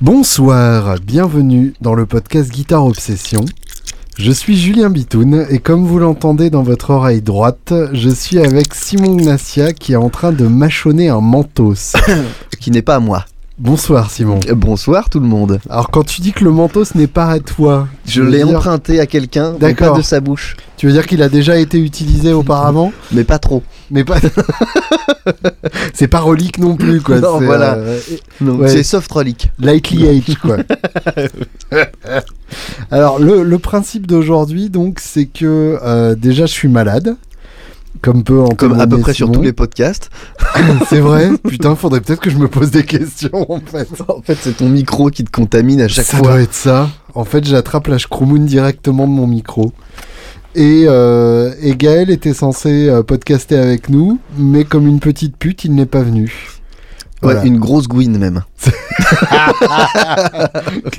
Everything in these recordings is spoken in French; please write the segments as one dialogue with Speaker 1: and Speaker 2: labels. Speaker 1: Bonsoir, bienvenue dans le podcast Guitare Obsession. Je suis Julien Bitoun et comme vous l'entendez dans votre oreille droite, je suis avec Simon Gnacia qui est en train de mâchonner un mentos.
Speaker 2: qui n'est pas à moi.
Speaker 1: Bonsoir Simon.
Speaker 2: Euh, Bonsoir tout le monde.
Speaker 1: Alors quand tu dis que le mentos n'est pas à toi,
Speaker 2: Je
Speaker 1: veux
Speaker 2: l'ai
Speaker 1: dire-
Speaker 2: emprunté à quelqu'un, mais
Speaker 1: D'accord.
Speaker 2: pas de sa bouche,
Speaker 1: tu veux dire qu'il a déjà été utilisé auparavant,
Speaker 2: mais pas trop.
Speaker 1: mais pas. c'est pas relique non plus quoi.
Speaker 2: Non,
Speaker 1: c'est,
Speaker 2: voilà.
Speaker 1: euh,
Speaker 2: Non,
Speaker 1: Ouais.
Speaker 2: C'est soft relic.
Speaker 1: Lightly H, quoi. Alors, le, le principe d'aujourd'hui, donc, c'est que euh, déjà, je suis malade. Comme peut en
Speaker 2: Comme à peu
Speaker 1: témoigner
Speaker 2: près sur
Speaker 1: Simon.
Speaker 2: tous les podcasts.
Speaker 1: c'est vrai. Putain, faudrait peut-être que je me pose des questions, en fait.
Speaker 2: En fait, c'est ton micro qui te contamine à chaque
Speaker 1: ça
Speaker 2: fois.
Speaker 1: doit être ça. En fait, j'attrape la Shkroumoun directement de mon micro. Et, euh, et Gaël était censé euh, podcaster avec nous, mais comme une petite pute, il n'est pas venu.
Speaker 2: Ouais,
Speaker 1: Voilà.
Speaker 2: une grosse gouine même.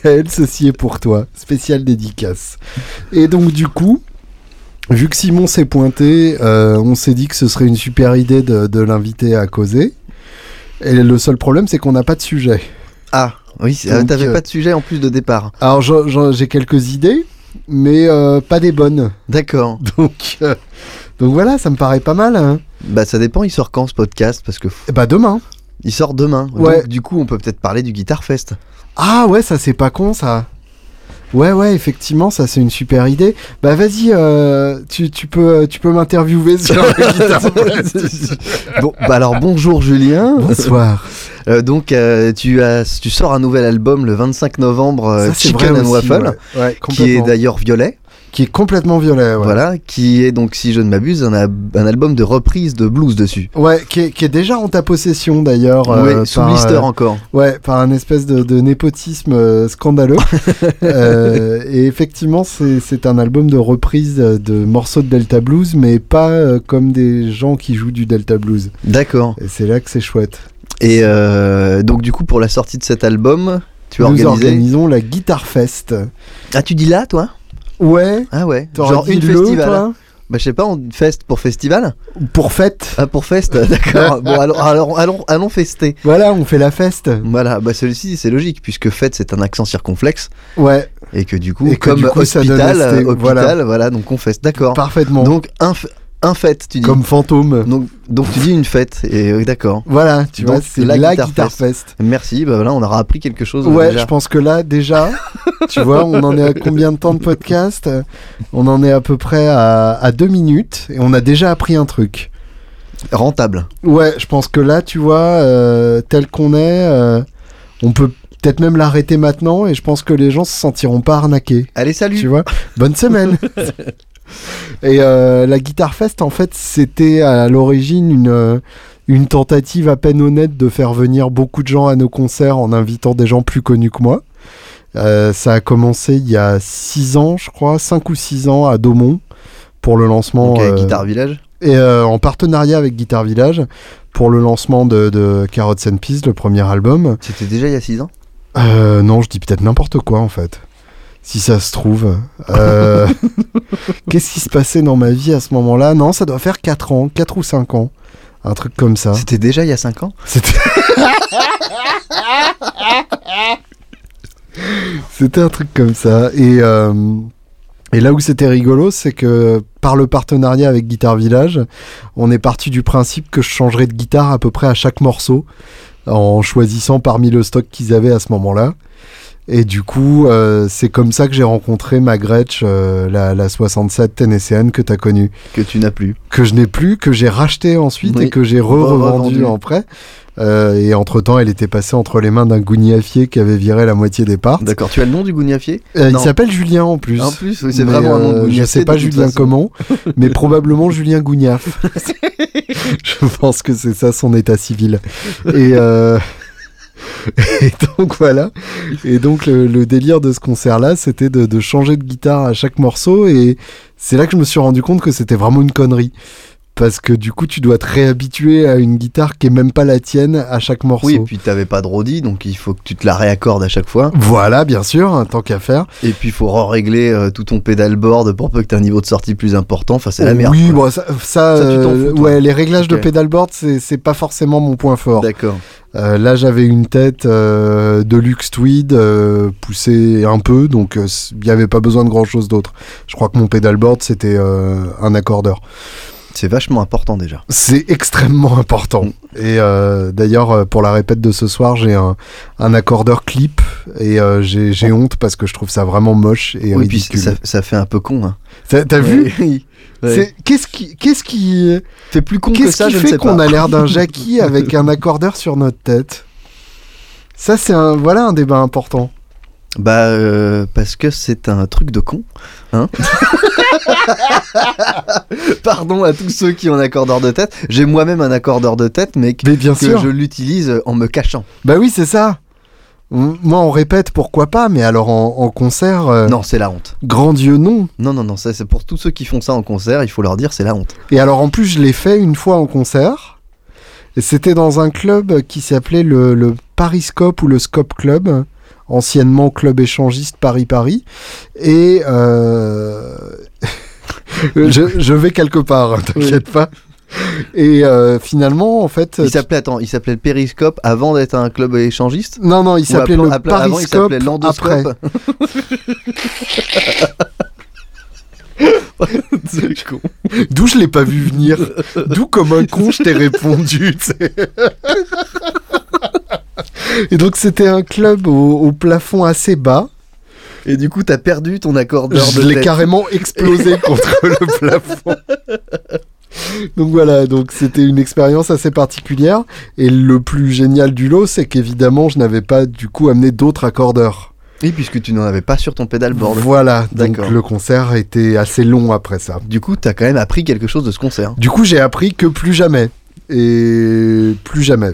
Speaker 1: Gaël, ceci est pour toi. Spécial dédicace. Et donc, du coup, vu que Simon s'est pointé, euh, on s'est dit que ce serait une super idée de, de l'inviter à causer. Et le seul problème, c'est qu'on n'a pas de sujet.
Speaker 2: Ah, oui, c'est-
Speaker 1: Donc,
Speaker 2: t'avais
Speaker 1: euh,
Speaker 2: pas de sujet en plus de départ.
Speaker 1: Alors, j'en- j'en- j'ai quelques idées, mais euh, pas des bonnes.
Speaker 2: D'accord.
Speaker 1: Donc, euh, donc voilà, ça me paraît pas mal. hein.
Speaker 2: Bah ça dépend, il sort quand ce podcast Parce que f-
Speaker 1: Et bah, demain.
Speaker 2: il sort demain.
Speaker 1: Ouais.
Speaker 2: Donc, du coup, on peut peut-être parler du Guitar Fest.
Speaker 1: Ah ouais, ça c'est pas con ça. Ouais ouais, effectivement, ça c'est une super idée. Bah vas-y, euh, tu, tu peux tu peux m'interviewer sur la guitare.
Speaker 2: bon, bah alors bonjour Julien.
Speaker 1: Bonsoir.
Speaker 2: Euh, donc euh, tu as tu sors un nouvel album le 25 novembre euh,
Speaker 1: Ça, c'est
Speaker 2: Chicken
Speaker 1: vrai
Speaker 2: and
Speaker 1: aussi,
Speaker 2: Waffle.
Speaker 1: ouais. Ouais,
Speaker 2: qui est
Speaker 1: complètement.
Speaker 2: d'ailleurs violet,
Speaker 1: Qui est complètement violet. Ouais.
Speaker 2: voilà, qui est donc, si je ne m'abuse, un, ab- un album de reprise de blues dessus.
Speaker 1: Ouais, qui est, qui est déjà en ta possession d'ailleurs. euh,
Speaker 2: oui, sous
Speaker 1: par,
Speaker 2: blister
Speaker 1: euh,
Speaker 2: encore.
Speaker 1: Ouais, par un espèce de, de népotisme euh, scandaleux. Euh, et effectivement, c'est c'est un album de reprise de morceaux de Delta Blues, mais pas euh, comme des gens qui jouent du Delta Blues.
Speaker 2: D'accord.
Speaker 1: Et c'est là que c'est chouette.
Speaker 2: Et euh, donc, du coup, pour la sortie de cet album, tu as
Speaker 1: Nous
Speaker 2: organisé.
Speaker 1: organisons la Guitar Fest.
Speaker 2: Ah, tu dis là, toi
Speaker 1: Ouais.
Speaker 2: Ah ouais.
Speaker 1: t'aurais
Speaker 2: Genre
Speaker 1: dit
Speaker 2: une
Speaker 1: le,
Speaker 2: festival.
Speaker 1: toi
Speaker 2: Bah, je sais pas, on fest pour festival
Speaker 1: Pour fête.
Speaker 2: Ah, pour fest, d'accord. bon, alors, alors, allons, allons fester.
Speaker 1: Voilà, on fait la feste.
Speaker 2: Voilà, bah, celui-ci, c'est logique, puisque fête, c'est un accent circonflexe,
Speaker 1: Ouais,
Speaker 2: et que du coup,
Speaker 1: Et que
Speaker 2: comme
Speaker 1: du coup, ça donne
Speaker 2: hôpital,
Speaker 1: ST,
Speaker 2: euh, hôpital,
Speaker 1: voilà.
Speaker 2: voilà. donc on feste, d'accord.
Speaker 1: parfaitement.
Speaker 2: Donc, un, f- un fête, tu dis.
Speaker 1: Comme fantôme.
Speaker 2: Donc, donc tu dis une fête, et euh, d'accord.
Speaker 1: Voilà, tu
Speaker 2: Donc,
Speaker 1: vois, c'est la,
Speaker 2: la
Speaker 1: Guitar,
Speaker 2: Guitar
Speaker 1: Fest.
Speaker 2: Merci, bah voilà, on aura appris quelque chose euh,
Speaker 1: Ouais,
Speaker 2: déjà.
Speaker 1: je pense que là, déjà, tu vois, on en est à combien de temps de podcast On en est à peu près à, à deux minutes et on a déjà appris un truc.
Speaker 2: Rentable.
Speaker 1: Ouais, je pense que là, tu vois, euh, tel qu'on est, euh, on peut peut-être même l'arrêter maintenant et je pense que les gens se sentiront pas arnaqués.
Speaker 2: Allez, salut
Speaker 1: tu vois. Bonne semaine. Et euh, la Guitar Fest, en fait, c'était à l'origine une, euh, une tentative à peine honnête de faire venir beaucoup de gens à nos concerts en invitant des gens plus connus que moi. Euh, ça a commencé il y a 6 ans, je crois, 5 ou 6 ans à Daumont pour le lancement.
Speaker 2: Donc, euh,
Speaker 1: euh,
Speaker 2: Guitar Village.
Speaker 1: et euh, en partenariat avec Guitar Village pour le lancement de, de Carrots and Peas, le premier album.
Speaker 2: C'était déjà il y a 6 ans
Speaker 1: Euh, non, je dis peut-être n'importe quoi en fait. Si ça se trouve. Euh, Qu'est-ce qui se passait dans ma vie à ce moment-là Non, ça doit faire 4 ans, 4 ou 5 ans. Un truc comme ça.
Speaker 2: C'était déjà il y a 5 ans
Speaker 1: C'était. C'était un truc comme ça. Et, euh, et là où c'était rigolo, c'est que par le partenariat avec Guitar Village, on est parti du principe que je changerais de guitare à peu près à chaque morceau en choisissant parmi le stock qu'ils avaient à ce moment-là. Et du coup, euh, c'est comme ça que j'ai rencontré ma Gretsch, euh, la, la 67 Tennessean que t'as connue
Speaker 2: que tu n'as plus.
Speaker 1: que je n'ai plus, que j'ai racheté ensuite
Speaker 2: Oui.
Speaker 1: et que j'ai re-revendu
Speaker 2: Re-revendu.
Speaker 1: en prêt. Euh, et entre-temps, elle était passée entre les mains d'un gougnafier qui avait viré la moitié des parts.
Speaker 2: D'accord, tu as le nom du gougnafier
Speaker 1: Euh, il
Speaker 2: Non.
Speaker 1: s'appelle Julien en plus.
Speaker 2: En plus, oui, c'est
Speaker 1: Mais,
Speaker 2: vraiment un nom de
Speaker 1: euh,
Speaker 2: gougnafier.
Speaker 1: Je sais pas
Speaker 2: de toute
Speaker 1: Julien
Speaker 2: façon.
Speaker 1: comment, mais probablement Julien Gougnaf. je pense que c'est ça son état civil. Et, euh, et donc voilà. Et donc le, le délire de ce concert-là, c'était de, de changer de guitare à chaque morceau. Et c'est là que je me suis rendu compte que c'était vraiment une connerie. parce que du coup tu dois te réhabituer à une guitare qui est même pas la tienne à chaque morceau.
Speaker 2: Oui, et puis t'avais pas de rôdi, donc il faut que tu te la réaccordes à chaque fois.
Speaker 1: Voilà, bien sûr, hein, tant qu'à faire.
Speaker 2: Et puis il faut régler tout ton pédalboard pour peu que t'aies un niveau de sortie plus important. Enfin, c'est la merde.
Speaker 1: Oh oui,
Speaker 2: quoi.
Speaker 1: bon, ça, ça,
Speaker 2: Ça, tu t'en
Speaker 1: euh,
Speaker 2: fous, toi.
Speaker 1: ouais, les réglages de
Speaker 2: Ok.
Speaker 1: pedalboard, c'est c'est pas forcément mon point fort.
Speaker 2: D'accord.
Speaker 1: Euh, là, j'avais une tête euh, de luxe tweed euh, poussée un peu, donc euh, c- il n'y avait pas besoin de grand chose d'autre. Je crois que mon pedalboard, c'était euh, un accordeur.
Speaker 2: C'est vachement important déjà.
Speaker 1: C'est extrêmement important.
Speaker 2: Mm.
Speaker 1: Et euh, d'ailleurs, euh, pour la répète de ce soir, j'ai un, un accordeur clip et euh, j'ai j'ai honte parce que je trouve ça vraiment moche et
Speaker 2: Oh. Oui, puis
Speaker 1: ridicule.
Speaker 2: ça, ça fait un peu con. Hein.
Speaker 1: T'as t'as vu
Speaker 2: Oui. Ouais.
Speaker 1: C'est- Qu'est-ce qui, qu'est-ce qui,
Speaker 2: Fait plus con que
Speaker 1: Qu'est-ce
Speaker 2: ça,
Speaker 1: qui
Speaker 2: je ne
Speaker 1: fait
Speaker 2: sais
Speaker 1: qu'on
Speaker 2: pas.
Speaker 1: a l'air d'un Jackie avec un accordeur sur notre tête Ça, c'est un, voilà un débat important.
Speaker 2: Bah, euh, parce que c'est un truc de con. Hein Pardon à tous ceux qui ont un accordeur de tête. J'ai moi-même un accordeur de tête, mais que,
Speaker 1: Mais bien
Speaker 2: que
Speaker 1: sûr.
Speaker 2: je l'utilise en me cachant.
Speaker 1: Bah oui, c'est ça. M- Moi, on répète, pourquoi pas, mais alors en, en concert, euh,
Speaker 2: Non, c'est la honte.
Speaker 1: grand Dieu, non.
Speaker 2: Non, non, non, ça c'est pour tous ceux qui font ça en concert, il faut leur dire c'est la honte.
Speaker 1: Et alors, en plus, je l'ai fait une fois en concert. Et c'était dans un club qui s'appelait le, le Pariscope ou le Scope Club, anciennement club échangiste Paris-Paris. Et euh, je, je vais quelque part, hein, t'inquiète pas. Et euh, finalement, en fait.
Speaker 2: Il s'appelait, attends, il s'appelait le Périscope avant d'être un club échangiste
Speaker 1: Non, non, il s'appelait
Speaker 2: Ou
Speaker 1: le
Speaker 2: appelé- avant, il
Speaker 1: Pariscope après.
Speaker 2: s'appelait l'endoscope C'est con.
Speaker 1: D'où je l'ai pas vu venir. D'où comme un con je t'ai répondu. tu sais. Et donc c'était un club au, au plafond assez bas.
Speaker 2: Et du coup, t'as perdu ton accordeur
Speaker 1: Je
Speaker 2: de
Speaker 1: l'ai
Speaker 2: tête.
Speaker 1: carrément explosé contre le plafond. Donc voilà, donc c'était une expérience assez particulière. Et le plus génial du lot, c'est qu'évidemment, je n'avais pas du coup amené d'autres accordeurs.
Speaker 2: Oui, puisque tu n'en avais pas sur ton pédalboard.
Speaker 1: Voilà, donc
Speaker 2: D'accord.
Speaker 1: le concert était assez long après ça.
Speaker 2: Du coup, t'as quand même appris quelque chose de ce concert.
Speaker 1: Du coup, j'ai appris que plus jamais. Et plus jamais.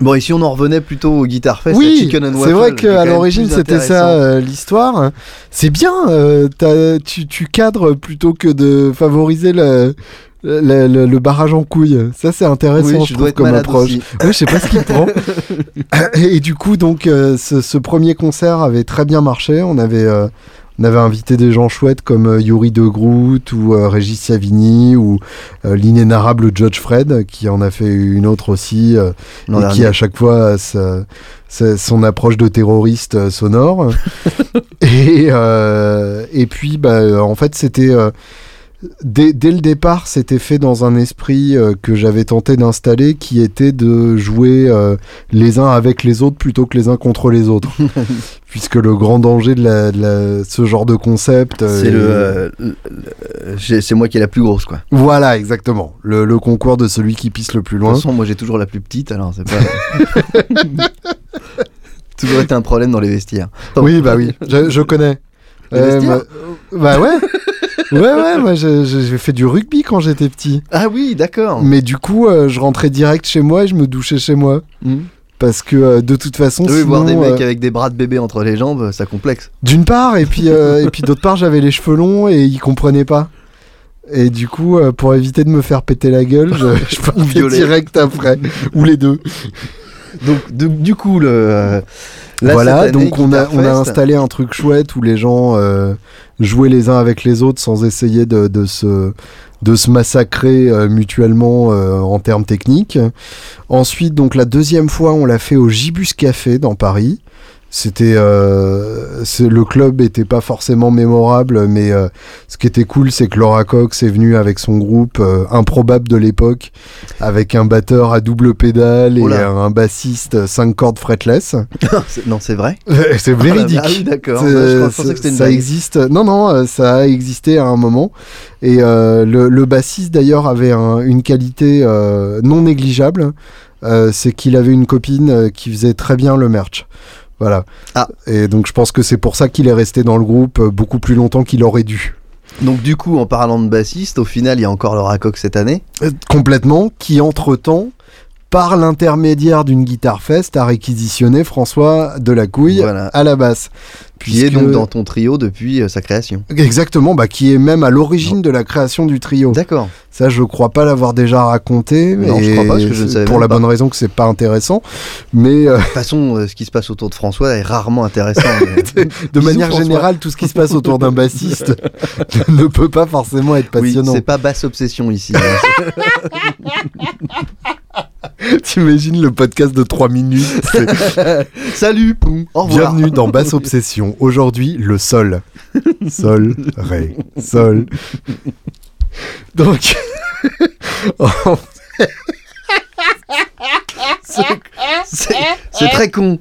Speaker 2: Bon, et si on en revenait plutôt au Guitar Fest, à
Speaker 1: Oui,
Speaker 2: Chicken and Waffle,
Speaker 1: c'est vrai
Speaker 2: qui est quand
Speaker 1: qu'à
Speaker 2: même
Speaker 1: l'origine
Speaker 2: plus
Speaker 1: c'était ça
Speaker 2: intéressant.
Speaker 1: euh, l'histoire. C'est bien, euh, t'as- tu, tu cadres plutôt que de favoriser le, le, le- le barrage en couille. Ça c'est intéressant,
Speaker 2: Oui,
Speaker 1: je,
Speaker 2: je
Speaker 1: trouve,
Speaker 2: dois être
Speaker 1: comme
Speaker 2: malade
Speaker 1: approche.
Speaker 2: aussi.
Speaker 1: Ouais, je sais pas ce qu'il prend. Et du coup, donc, euh, ce, ce premier concert avait très bien marché. On avait, euh, on avait invité des gens chouettes comme euh, Yuri De Groot ou euh, Régis Savini ou euh, l'inénarrable Judge Fred qui en a fait une autre aussi. euh,
Speaker 2: L'an
Speaker 1: et qui
Speaker 2: dernier.
Speaker 1: à chaque fois a sa- sa- son approche de terroriste euh, sonore. et, euh, et puis, bah, euh, en fait, c'était. euh, Dès, dès le départ, c'était fait dans un esprit euh, que j'avais tenté d'installer, qui était de jouer euh, les uns avec les autres plutôt que les uns contre les autres. Puisque le grand danger de, la- de la- ce genre de concept... euh,
Speaker 2: C'est le,
Speaker 1: est-
Speaker 2: euh, le- le- j'ai- c'est moi qui ai la plus grosse, quoi.
Speaker 1: Voilà, exactement. Le, le concours de celui qui pisse le plus
Speaker 2: De
Speaker 1: loin.
Speaker 2: toute façon, moi j'ai toujours la plus petite, alors c'est pas. toujours été un problème dans les vestiaires. Pardon.
Speaker 1: Oui, bah oui, je, je connais. Euh,
Speaker 2: Les vestiaires
Speaker 1: bah, bah ouais. ouais, ouais, moi je- je- j'ai fait du rugby quand j'étais petit.
Speaker 2: Ah oui, d'accord.
Speaker 1: Mais du coup, euh, je rentrais direct chez moi et je me douchais chez moi.
Speaker 2: Mhm.
Speaker 1: Parce que euh, de toute façon,
Speaker 2: Oui,
Speaker 1: mm. sinon,
Speaker 2: voir des
Speaker 1: euh,
Speaker 2: mecs avec des bras de bébé entre les jambes, ça complexe.
Speaker 1: d'une part, et puis, euh, et puis d'autre part, j'avais les cheveux longs et ils comprenaient pas. Et du coup, euh, pour éviter de me faire péter la gueule, je, je partais
Speaker 2: violer.
Speaker 1: direct après. Ou les deux.
Speaker 2: Donc, de- du coup, le. euh, là,
Speaker 1: voilà,
Speaker 2: cette année,
Speaker 1: donc on a,
Speaker 2: Guitar
Speaker 1: on a
Speaker 2: Fest,
Speaker 1: installé un truc chouette où les gens euh, jouaient les uns avec les autres sans essayer de, de se, de se massacrer euh, mutuellement euh, en termes techniques. Ensuite, donc la deuxième fois, on l'a fait au Gibus Café dans Paris. C'était euh, c'est- le club était pas forcément mémorable, mais euh, ce qui était cool, c'est que Laura Cox est venue avec son groupe euh, improbable de l'époque, avec un batteur à double pédale et
Speaker 2: Oh là.
Speaker 1: euh, un bassiste euh, cinq cordes fretless.
Speaker 2: c'est- Non, c'est vrai.
Speaker 1: Euh, C'est véridique.
Speaker 2: Ah oui, d'accord.
Speaker 1: C'est-
Speaker 2: Je pensais que
Speaker 1: c'est-
Speaker 2: c'était une
Speaker 1: ça
Speaker 2: blague.
Speaker 1: existe. Non, non, euh, ça a existé à un moment. Et euh, le, le bassiste d'ailleurs avait un- une qualité euh, non négligeable. Euh, c'est qu'il avait une copine euh, qui faisait très bien le merch. Voilà.
Speaker 2: Ah.
Speaker 1: Et donc je pense que c'est pour ça qu'il est resté dans le groupe euh, beaucoup plus longtemps qu'il aurait dû.
Speaker 2: Donc du coup, en parlant de bassiste, au final, il y a encore Laura Cox cette année.
Speaker 1: Euh, Complètement, qui entre-temps par l'intermédiaire d'une guitare fest, a réquisitionné François Delacouille
Speaker 2: Voilà.
Speaker 1: à la basse.
Speaker 2: Qui est
Speaker 1: Puisque-
Speaker 2: donc dans ton trio depuis euh, sa création.
Speaker 1: Exactement, bah, qui est même à l'origine de la création du trio.
Speaker 2: D'accord.
Speaker 1: Ça, je crois pas l'avoir déjà raconté.
Speaker 2: Non, je
Speaker 1: et
Speaker 2: crois pas, parce que je ne savais
Speaker 1: Pour
Speaker 2: même
Speaker 1: la
Speaker 2: pas.
Speaker 1: bonne raison que c'est pas intéressant. Mais euh,
Speaker 2: De toute façon, euh, ce qui se passe autour de François est rarement intéressant. Euh, mais-
Speaker 1: de
Speaker 2: Bisous,
Speaker 1: manière
Speaker 2: François.
Speaker 1: générale, tout ce qui se passe autour d'un bassiste ne peut pas forcément être
Speaker 2: oui,
Speaker 1: passionnant.
Speaker 2: c'est pas basse obsession ici. hein.
Speaker 1: T'imagines le podcast de 3 minutes c'est
Speaker 2: Salut, poum, au revoir.
Speaker 1: Bienvenue dans Basse Obsession. Aujourd'hui, le sol. Sol, ré, sol. Donc. en fait-
Speaker 2: C'est c'est très con.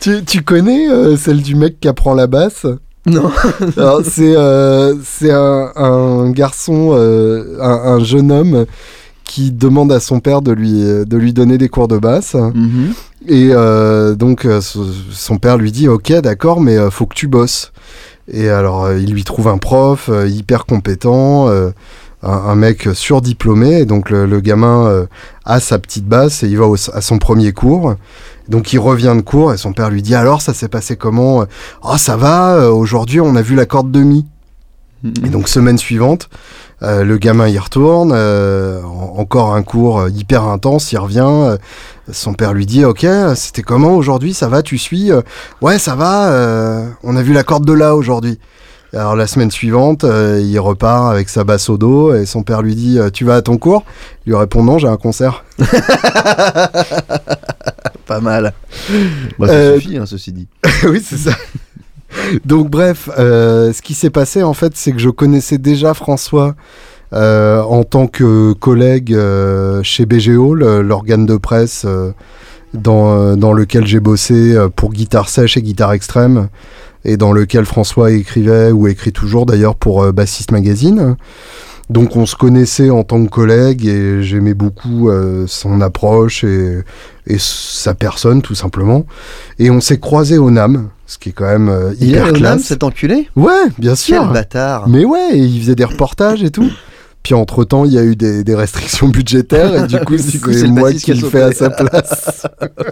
Speaker 1: tu, tu connais euh, celle du mec qui apprend la basse
Speaker 2: Non.
Speaker 1: Alors, c'est euh, c'est un, un garçon, euh, un, un jeune homme qui demande à son père de lui, euh, de lui donner des cours de basse.
Speaker 2: Mhm.
Speaker 1: Et euh, donc euh, so- son père lui dit ok d'accord mais euh, faut que tu bosses. Et alors euh, il lui trouve un prof euh, hyper compétent, euh, un, un mec surdiplômé. Et donc le, le gamin euh, a sa petite basse et il va au- à son premier cours. Donc il revient de cours et son père lui dit alors ça s'est passé comment Oh ça va, euh, aujourd'hui on a vu la corde de mi. Et donc semaine suivante, euh, le gamin y retourne, euh, en- encore un cours euh, hyper intense, il revient, euh, son père lui dit ok, euh, c'était comment aujourd'hui, ça va, tu suis Euh, Ouais ça va, euh, on a vu la corde de là aujourd'hui. Alors la semaine suivante, euh, il repart avec sa basse au dos et son père lui dit euh, tu vas à ton cours Il lui répond non, j'ai un concert.
Speaker 2: Pas mal. Bah, ça
Speaker 1: Euh,
Speaker 2: suffit, hein, ceci dit.
Speaker 1: oui c'est ça. Donc bref, euh, ce qui s'est passé en fait, c'est que je connaissais déjà François euh, en tant que collègue euh, chez BGO, le- l'organe de presse euh, dans, euh, dans lequel j'ai bossé euh, pour guitare sèche et guitare extrême, et dans lequel François écrivait ou écrit toujours d'ailleurs pour euh, Bassist Magazine. Donc on se connaissait en tant que collègue et j'aimais beaucoup euh, son approche et, et sa personne tout simplement. Et on s'est croisés au NAM, ce qui est quand même euh,
Speaker 2: Il est
Speaker 1: hyper
Speaker 2: au NAM,
Speaker 1: classe.
Speaker 2: cet enculé
Speaker 1: Ouais, bien sûr.
Speaker 2: Quel bâtard.
Speaker 1: Mais ouais, et il faisait des reportages et tout. Puis entre temps, il y a eu des, des restrictions budgétaires et du coup,
Speaker 2: Du coup,
Speaker 1: c'est
Speaker 2: c'est le
Speaker 1: moi
Speaker 2: bassiste
Speaker 1: qui
Speaker 2: qui a
Speaker 1: le fais à
Speaker 2: sauté.
Speaker 1: sa place.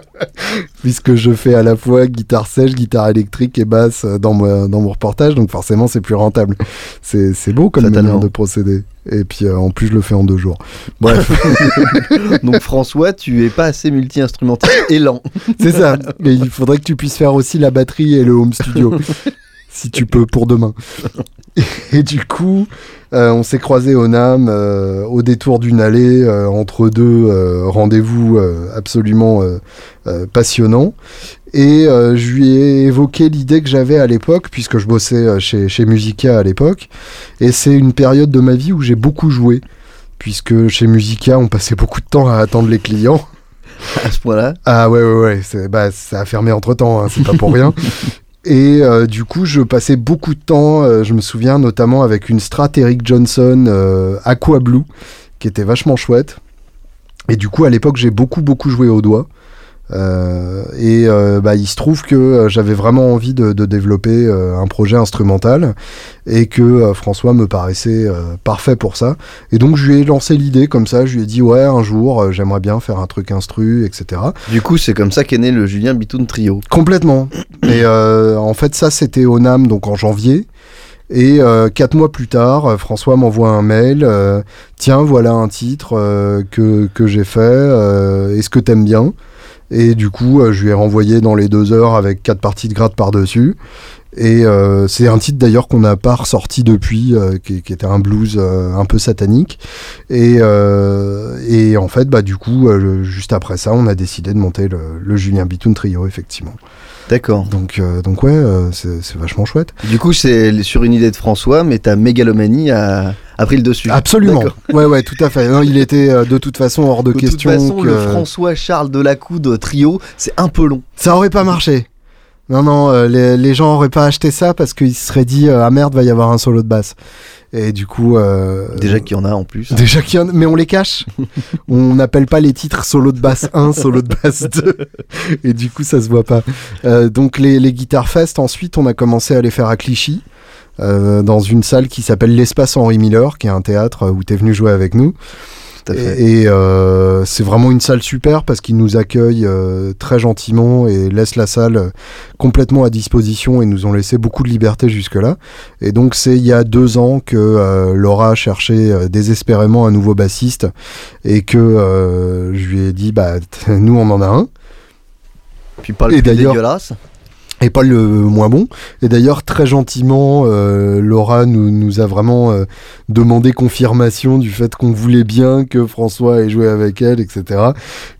Speaker 1: Puisque je fais à la fois guitare sèche, guitare électrique et basse euh, dans, mon- dans mon reportage, donc forcément, c'est plus rentable. C'est c'est beau comme
Speaker 2: Fatalement.
Speaker 1: manière de procéder. Et puis euh, en plus, je le fais en deux jours. Bref,
Speaker 2: Donc François, tu es pas assez multi-instrumentiste et lent.
Speaker 1: c'est ça. Et il faudrait que tu puisses faire aussi la batterie et le home studio. si tu peux pour demain. Et du coup, euh, on s'est croisés au NAM euh, au détour d'une allée euh, entre deux euh, rendez-vous euh, absolument euh, euh, passionnants. Et euh, je lui ai évoqué l'idée que j'avais à l'époque, puisque je bossais euh, chez, chez Musica à l'époque. Et c'est une période de ma vie où j'ai beaucoup joué, puisque chez Musica, on passait beaucoup de temps à attendre les clients.
Speaker 2: À ce point-là,
Speaker 1: Ah ouais, ouais, ouais, c'est- bah, ça a fermé entre temps, c'est pas pour rien. Et euh, du coup, je passais beaucoup de temps, euh, je me souviens notamment avec une Strat Eric Johnson euh, Aqua Blue, qui était vachement chouette. Et du coup, à l'époque, j'ai beaucoup, beaucoup joué au doigt. Euh, et euh, bah, il se trouve que euh, j'avais vraiment envie de, de développer euh, un projet instrumental et que euh, François me paraissait euh, parfait pour ça. Et donc je lui ai lancé l'idée comme ça, je lui ai dit ouais un jour euh, j'aimerais bien faire un truc instru, etc.
Speaker 2: du coup, c'est comme ça qu'est né le Julien Bitoun Trio.
Speaker 1: Complètement. Et euh, en fait, ça, c'était au NAM, donc en janvier. Et euh, quatre mois plus tard, euh, François m'envoie un mail. euh, Tiens, voilà un titre euh, que, que j'ai fait. euh, Est-ce que t'aimes bien Et du coup, euh, je lui ai renvoyé dans les deux heures avec quatre parties de gratte par-dessus. Et euh, c'est un titre d'ailleurs qu'on n'a pas ressorti depuis, euh, qui, qui était un blues euh, un peu satanique. Et, euh, et en fait, bah, du coup, euh, juste après ça, on a décidé de monter le, le Julien Bitoun Trio, effectivement.
Speaker 2: D'accord.
Speaker 1: Donc, euh, donc ouais, euh, c'est c'est vachement chouette.
Speaker 2: Du coup, c'est sur une idée de François, mais ta mégalomanie a, a pris le dessus.
Speaker 1: Absolument.
Speaker 2: D'accord.
Speaker 1: Ouais, ouais, tout à fait. Non, il était euh, de toute façon hors de,
Speaker 2: De toute
Speaker 1: question.
Speaker 2: façon, le
Speaker 1: que-
Speaker 2: François Charles Delacoude Trio, c'est un peu long.
Speaker 1: Ça aurait pas marché. Non, non, euh, les, les gens auraient pas acheté ça parce qu'ils se seraient dit euh, ah merde, va y avoir un solo de basse. Et du coup. euh,
Speaker 2: Déjà qu'il y en a en plus. hein,
Speaker 1: Déjà qu'il y en a, mais on les cache. on n'appelle pas les titres solo de basse 1, solo de basse 2. Et du coup, ça se voit pas. Euh, donc, les, les Guitar Fest, ensuite, on a commencé à les faire à Clichy, euh, dans une salle qui s'appelle l'Espace Henri Miller, qui est un théâtre euh, où tu es venu jouer avec nous.
Speaker 2: tout à fait.
Speaker 1: Et, et, euh, c'est vraiment une salle super parce qu'ils nous accueillent euh, très gentiment et laissent la salle euh, complètement à disposition et nous ont laissé beaucoup de liberté jusque-là. Et donc c'est il y a deux ans que euh, Laura cherchait euh, désespérément un nouveau bassiste et que euh, je lui ai dit bah nous on en a un
Speaker 2: Puis pas
Speaker 1: et
Speaker 2: le plus
Speaker 1: d'ailleurs-
Speaker 2: dégueulasse.
Speaker 1: et pas le moins bon. Et d'ailleurs, très gentiment, euh, Laura nous, nous a vraiment euh, demandé confirmation du fait qu'on voulait bien que François ait joué avec elle, etc.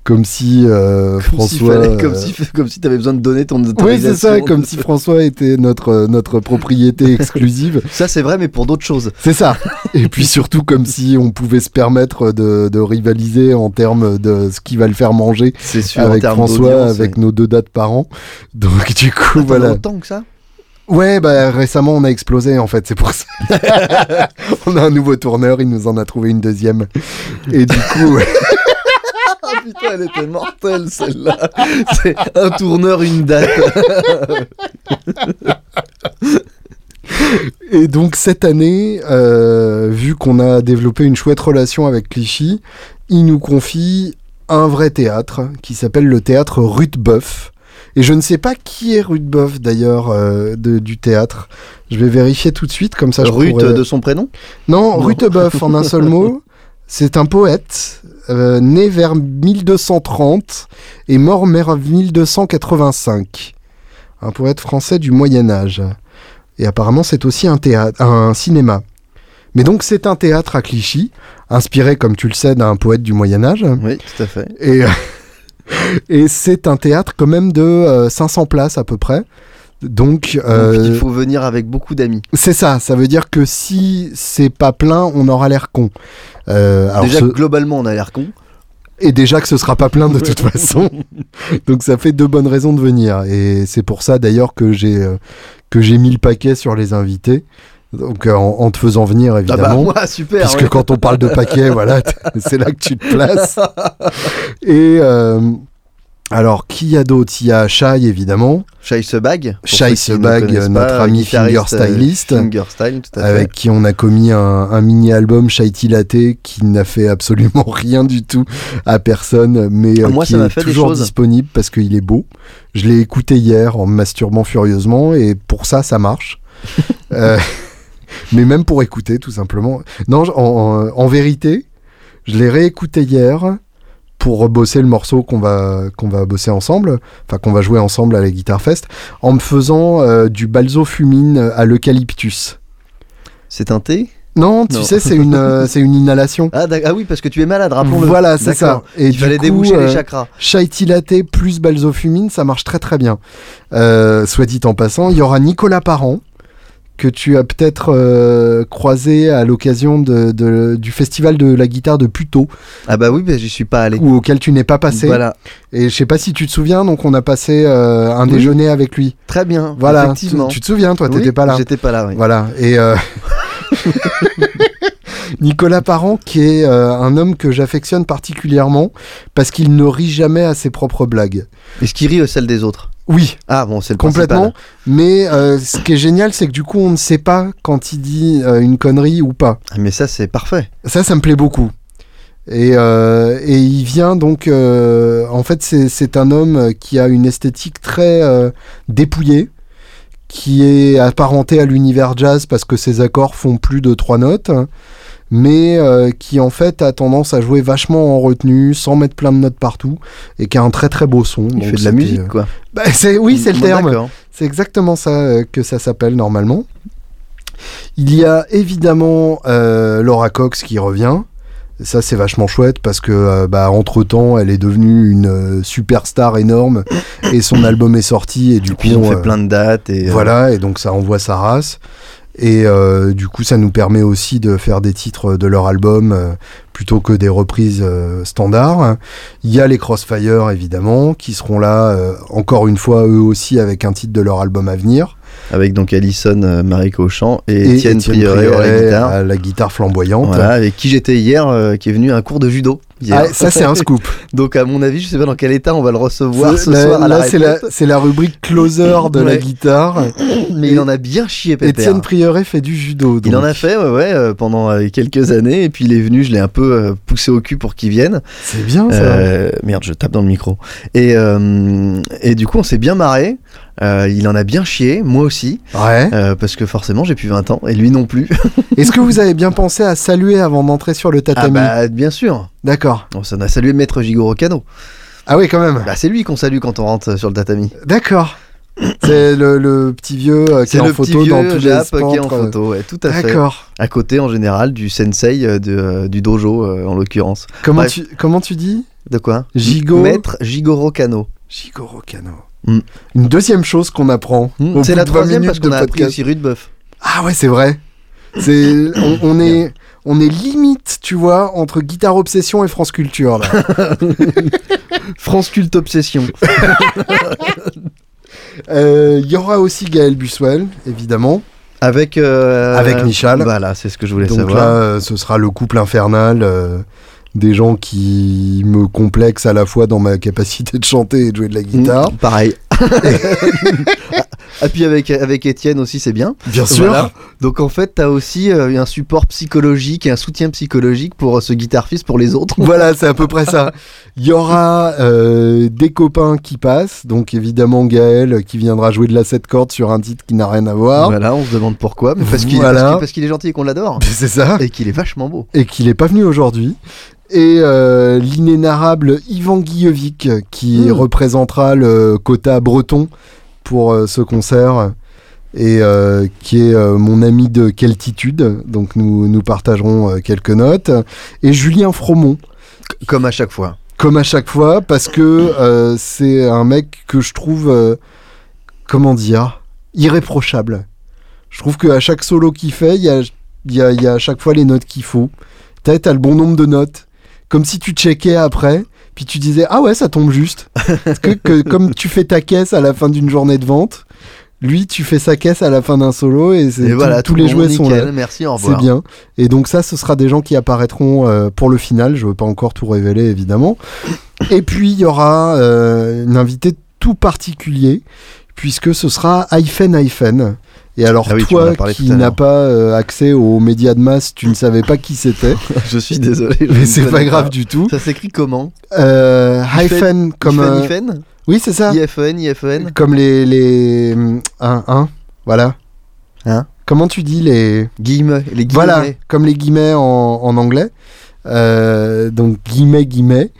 Speaker 1: Comme si euh,
Speaker 2: Comme s'il
Speaker 1: François...
Speaker 2: fallait- comme
Speaker 1: euh,
Speaker 2: si, comme si t'avais besoin de donner ton
Speaker 1: Oui,
Speaker 2: autorisation.
Speaker 1: c'est ça, comme si François était notre, euh, notre propriété exclusive.
Speaker 2: Ça, c'est vrai, mais pour d'autres choses.
Speaker 1: C'est ça. Et puis surtout, comme si on pouvait se permettre de, de rivaliser en termes de ce qui va le faire manger
Speaker 2: C'est sûr. en
Speaker 1: avec
Speaker 2: termes
Speaker 1: François,
Speaker 2: d'audience,
Speaker 1: avec
Speaker 2: ouais.
Speaker 1: nos deux dates par an. Donc du coup,
Speaker 2: Attends,
Speaker 1: voilà.
Speaker 2: autant que ça.
Speaker 1: Ouais, bah récemment on a explosé en fait, c'est pour ça. on a un nouveau tourneur, il nous en a trouvé une deuxième. Et du coup,
Speaker 2: Ah putain, elle était mortelle celle-là. C'est un tourneur, une date.
Speaker 1: et donc cette année, euh, vu qu'on a développé une chouette relation avec Clichy, il nous confie un vrai théâtre qui s'appelle le théâtre Rutebeuf. Et je ne sais pas qui est Rutebeuf d'ailleurs euh, de- du théâtre. Je vais vérifier tout de suite comme ça Ah, je
Speaker 2: Ruth
Speaker 1: pourrais-
Speaker 2: de son prénom
Speaker 1: Non,
Speaker 2: Non.
Speaker 1: Rutebeuf, en un seul mot, c'est un poète euh, né vers 1230 et mort vers 1285. Un poète français du Moyen Âge. Et apparemment, c'est aussi un, théâtre, un cinéma. Mais donc, c'est un théâtre à Clichy, inspiré, comme tu le sais, d'un poète du Moyen Âge.
Speaker 2: Oui, tout à fait.
Speaker 1: Et, et c'est un théâtre quand même de euh, 500 places à peu près. Donc,
Speaker 2: Donc,
Speaker 1: euh,
Speaker 2: il faut venir avec beaucoup d'amis.
Speaker 1: c'est ça, ça veut dire que si c'est pas plein, on aura l'air con. Euh, alors
Speaker 2: Déjà,
Speaker 1: ce-
Speaker 2: globalement, on a l'air con. Ah
Speaker 1: Et déjà que ce sera pas plein de toute façon. Donc ça fait deux bonnes raisons de venir. Et c'est pour ça d'ailleurs que j'ai euh, que j'ai mis le paquet sur les invités. Donc euh, en, en te faisant venir
Speaker 2: Ah bah,
Speaker 1: évidemment.
Speaker 2: moi, super.
Speaker 1: Puisque
Speaker 2: ouais.
Speaker 1: quand on parle de paquet, voilà, t- c'est là que tu te places. Et euh, alors, qui y a d'autre Il y a Shai, évidemment.
Speaker 2: Shai Sebag. pour
Speaker 1: Shai
Speaker 2: ceux qui ne
Speaker 1: Sebag, euh,
Speaker 2: connaissent
Speaker 1: notre
Speaker 2: pas,
Speaker 1: ami
Speaker 2: guitariste,
Speaker 1: finger styliste.
Speaker 2: euh, Finger style, tout à fait.
Speaker 1: avec qui on a commis un, un mini-album Shaiti Latte qui n'a fait absolument rien du tout à personne, mais
Speaker 2: Ah,
Speaker 1: euh,
Speaker 2: moi,
Speaker 1: qui
Speaker 2: ça m'a
Speaker 1: est
Speaker 2: fait des
Speaker 1: toujours
Speaker 2: choses.
Speaker 1: disponible parce qu'il est beau. Je l'ai écouté hier en me masturbant furieusement et pour ça, ça marche. Euh, mais même pour écouter, tout simplement. Non, je- en, en- en vérité, je l'ai réécouté hier pour bosser le morceau qu'on va, qu'on va bosser ensemble, enfin qu'on va jouer ensemble à la Guitar Fest, en me faisant euh, du balzo fumine à l'eucalyptus.
Speaker 2: C'est un thé
Speaker 1: Non, tu
Speaker 2: Non.
Speaker 1: sais, c'est une, euh, c'est une inhalation.
Speaker 2: ah, d'ac- ah oui, parce que tu es malade, rappelons-le.
Speaker 1: Voilà, c'est ça.
Speaker 2: D'accord.
Speaker 1: Et euh,
Speaker 2: Il fallait déboucher les chakras.
Speaker 1: Shaiti Latte plus Balzofumine, ça marche très très bien. Euh, soit dit en passant, il y aura Nicolas Parent, que tu as peut-être euh, croisé à l'occasion de, de- du festival de la guitare de Puto,
Speaker 2: Ah bah oui, bah, j'y suis pas allé.
Speaker 1: ou auquel tu n'es pas passé.
Speaker 2: Voilà.
Speaker 1: Et je sais pas si tu te souviens, donc on a passé euh, un
Speaker 2: Oui.
Speaker 1: déjeuner avec lui.
Speaker 2: Très bien.
Speaker 1: Voilà, tu,
Speaker 2: Effectivement.
Speaker 1: tu te souviens, toi, t'étais
Speaker 2: Oui,
Speaker 1: pas là.
Speaker 2: J'étais pas là, oui.
Speaker 1: Voilà. Et euh, Nicolas Parent, qui est euh, un homme que j'affectionne particulièrement parce qu'il ne rit jamais à ses propres blagues.
Speaker 2: Est-ce qu'il rit aux celles des autres
Speaker 1: Oui,
Speaker 2: Ah bon, c'est le
Speaker 1: complètement.
Speaker 2: principal.
Speaker 1: Mais euh, ce qui est génial, c'est que du coup, on ne sait pas quand il dit euh, une connerie ou pas.
Speaker 2: Ah, Mais ça, c'est parfait.
Speaker 1: Ça, ça me plaît beaucoup. Et, euh, et il vient donc. euh, en fait, c'est- c'est un homme qui a une esthétique très euh, dépouillée, qui est apparenté à l'univers jazz parce que ses accords font plus de trois notes, mais euh, qui en fait a tendance à jouer vachement en retenue, sans mettre plein de notes partout, et qui a un très très beau son.
Speaker 2: Il
Speaker 1: Donc
Speaker 2: fait de
Speaker 1: c'était-
Speaker 2: la musique, quoi.
Speaker 1: Bah, c'est- oui, c'est le
Speaker 2: Bon,
Speaker 1: terme.
Speaker 2: d'accord.
Speaker 1: C'est exactement ça euh, que ça s'appelle normalement. Il y a évidemment euh, Laura Cox qui revient. Ça, c'est vachement chouette parce que, euh, bah, entre temps, elle est devenue une euh, superstar énorme et son album est sorti et du
Speaker 2: Et
Speaker 1: coup,
Speaker 2: puis, ils ont
Speaker 1: on,
Speaker 2: fait
Speaker 1: euh,
Speaker 2: plein de dates. Et, euh,
Speaker 1: voilà, et donc ça envoie sa race. Et euh, du coup, ça nous permet aussi de faire des titres de leur album euh, plutôt que des reprises euh, standards. Il y a les Crossfire, évidemment, qui seront là, euh, encore une fois, eux aussi, avec un titre de leur album à venir.
Speaker 2: Avec donc Alison euh, Marie Cochamp et
Speaker 1: Et
Speaker 2: Étienne
Speaker 1: Étienne
Speaker 2: Prieuré à la
Speaker 1: Prieuré
Speaker 2: guitare.
Speaker 1: à la guitare flamboyante.
Speaker 2: Voilà, avec qui j'étais hier, euh, qui est venu à un cours de judo. Pierre.
Speaker 1: Ah, ça, c'est un scoop.
Speaker 2: Donc, à mon avis, je sais pas dans quel état on va le recevoir
Speaker 1: C'est-
Speaker 2: ce
Speaker 1: là,
Speaker 2: soir à la
Speaker 1: là, c'est la,
Speaker 2: répète,
Speaker 1: c'est la rubrique closer de la
Speaker 2: Ouais.
Speaker 1: guitare.
Speaker 2: mais il en a bien chié, Pépère.
Speaker 1: Étienne Prieuré fait du judo.
Speaker 2: Il en a
Speaker 1: donc.
Speaker 2: fait, ouais, ouais, euh, pendant euh, quelques années, et puis il est venu, je l'ai un peu euh, poussé au cul pour qu'il vienne.
Speaker 1: C'est bien ça.
Speaker 2: Euh, merde, je tape dans le micro. Et, euh, et du coup, on s'est bien marré. Euh, il en a bien chié, moi aussi,
Speaker 1: Ouais.
Speaker 2: euh, parce que forcément, j'ai plus 20 ans, et lui non plus.
Speaker 1: Ah, Est-ce que vous avez bien pensé à saluer avant d'entrer sur le
Speaker 2: ah
Speaker 1: tatami
Speaker 2: bah, bien sûr.
Speaker 1: D'accord.
Speaker 2: On s'en a salué Maître Jigoro Kano.
Speaker 1: Ah oui, quand même.
Speaker 2: Bah, c'est lui qu'on salue quand on rentre euh, sur le tatami.
Speaker 1: D'accord. C'est le, le petit vieux euh, qui
Speaker 2: C'est
Speaker 1: est en
Speaker 2: le
Speaker 1: photo
Speaker 2: petit vieux
Speaker 1: dans tous les
Speaker 2: Jap euh, qui est en
Speaker 1: spantres.
Speaker 2: photo, ouais, tout à fait.
Speaker 1: D'accord.
Speaker 2: À côté, en général, du sensei euh, de, euh, du dojo, euh, en l'occurrence.
Speaker 1: Comment
Speaker 2: Bref.
Speaker 1: tu, comment tu dis
Speaker 2: De quoi
Speaker 1: Jigo-
Speaker 2: Maître Jigoro Kano.
Speaker 1: Jigoro Kano.
Speaker 2: Mm.
Speaker 1: Une deuxième chose qu'on apprend.
Speaker 2: Hmm,
Speaker 1: au
Speaker 2: C'est
Speaker 1: bout
Speaker 2: la
Speaker 1: de 20
Speaker 2: troisième
Speaker 1: minutes
Speaker 2: parce qu'on
Speaker 1: de
Speaker 2: a appris
Speaker 1: podcast.
Speaker 2: aussi Rudebeuf.
Speaker 1: Ah ouais, c'est vrai. C'est on, on est on est limite, tu vois, entre Guitare Obsession et France Culture. là.
Speaker 2: France Culte Obsession.
Speaker 1: Euh, Il y aura aussi Gaël Buswell, évidemment,
Speaker 2: Avec, euh,
Speaker 1: avec Michal.
Speaker 2: Voilà, c'est ce que je voulais
Speaker 1: Donc
Speaker 2: savoir.
Speaker 1: là, euh, ce sera le couple infernal. euh, des gens qui me complexent à la fois dans ma capacité de chanter et de jouer de la guitare.
Speaker 2: Mm, Pareil. ah, puis avec, avec Étienne aussi, c'est bien.
Speaker 1: Mmh. Bien sûr.
Speaker 2: Voilà. Donc en fait, t'as aussi euh, un support psychologique et un soutien psychologique pour euh, ce guitariste pour les autres.
Speaker 1: Voilà, c'est à peu près ça. Il y aura euh, des copains qui passent, donc évidemment Gaël euh, qui viendra jouer de la 7 cordes sur un titre qui n'a rien à voir.
Speaker 2: Voilà, on se demande pourquoi. Mais parce qu'il
Speaker 1: Voilà.
Speaker 2: parce qu'il- parce qu'il est gentil et qu'on l'adore.
Speaker 1: C'est ça.
Speaker 2: Et qu'il est vachement beau.
Speaker 1: Et qu'il n'est pas venu aujourd'hui. Et euh, l'inénarrable Ivan Guillevic qui
Speaker 2: Mm.
Speaker 1: représentera le quota breton pour euh, ce concert et euh, qui est euh, mon ami de Queltitude. Donc nous, nous partagerons euh, quelques notes. Et Julien Fromont.
Speaker 2: C- Comme à chaque fois.
Speaker 1: comme à chaque fois, parce que euh, c'est un mec que je trouve, euh, comment dire, irréprochable. Je trouve qu'à chaque solo qu'il fait, il y a, il y, a, il y a à chaque fois les notes qu'il faut. T'as t'as le bon nombre de notes. Comme si tu checkais après, puis tu disais Ah ouais, ça tombe juste. Parce que, que comme tu fais ta caisse à la fin d'une journée de vente, lui, tu fais sa caisse à la fin d'un solo et, c'est
Speaker 2: Et
Speaker 1: tout-
Speaker 2: voilà,
Speaker 1: tous
Speaker 2: tout
Speaker 1: les
Speaker 2: le monde
Speaker 1: jouets sont là.
Speaker 2: nickel. Merci, au
Speaker 1: C'est
Speaker 2: revoir.
Speaker 1: bien. Et donc ça, ce sera des gens qui apparaîtront euh, pour le final. Je veux pas encore tout révéler, évidemment. Et puis, il y aura euh, une invitée tout particulier, puisque ce sera Hyphen Hyphen. Et alors,
Speaker 2: Ah oui, tu m'en
Speaker 1: toi
Speaker 2: as parlé
Speaker 1: qui
Speaker 2: tout à
Speaker 1: n'as
Speaker 2: l'heure.
Speaker 1: pas euh, accès aux médias de masse, tu ne savais pas qui c'était.
Speaker 2: Je suis désolé. je
Speaker 1: mais
Speaker 2: ne
Speaker 1: c'est pas
Speaker 2: connais
Speaker 1: grave du tout.
Speaker 2: Ça s'écrit comment
Speaker 1: Euh, hyphen, comme... euh,
Speaker 2: Ifen,
Speaker 1: oui, c'est ça.
Speaker 2: Ifen IFN, IFN
Speaker 1: Comme les... les... hum, Un, un, voilà.
Speaker 2: Hein
Speaker 1: Comment tu dis les...
Speaker 2: Guillemets, les guillemets.
Speaker 1: Voilà, comme les guillemets en, en anglais. Euh, donc guillemets, guillemets.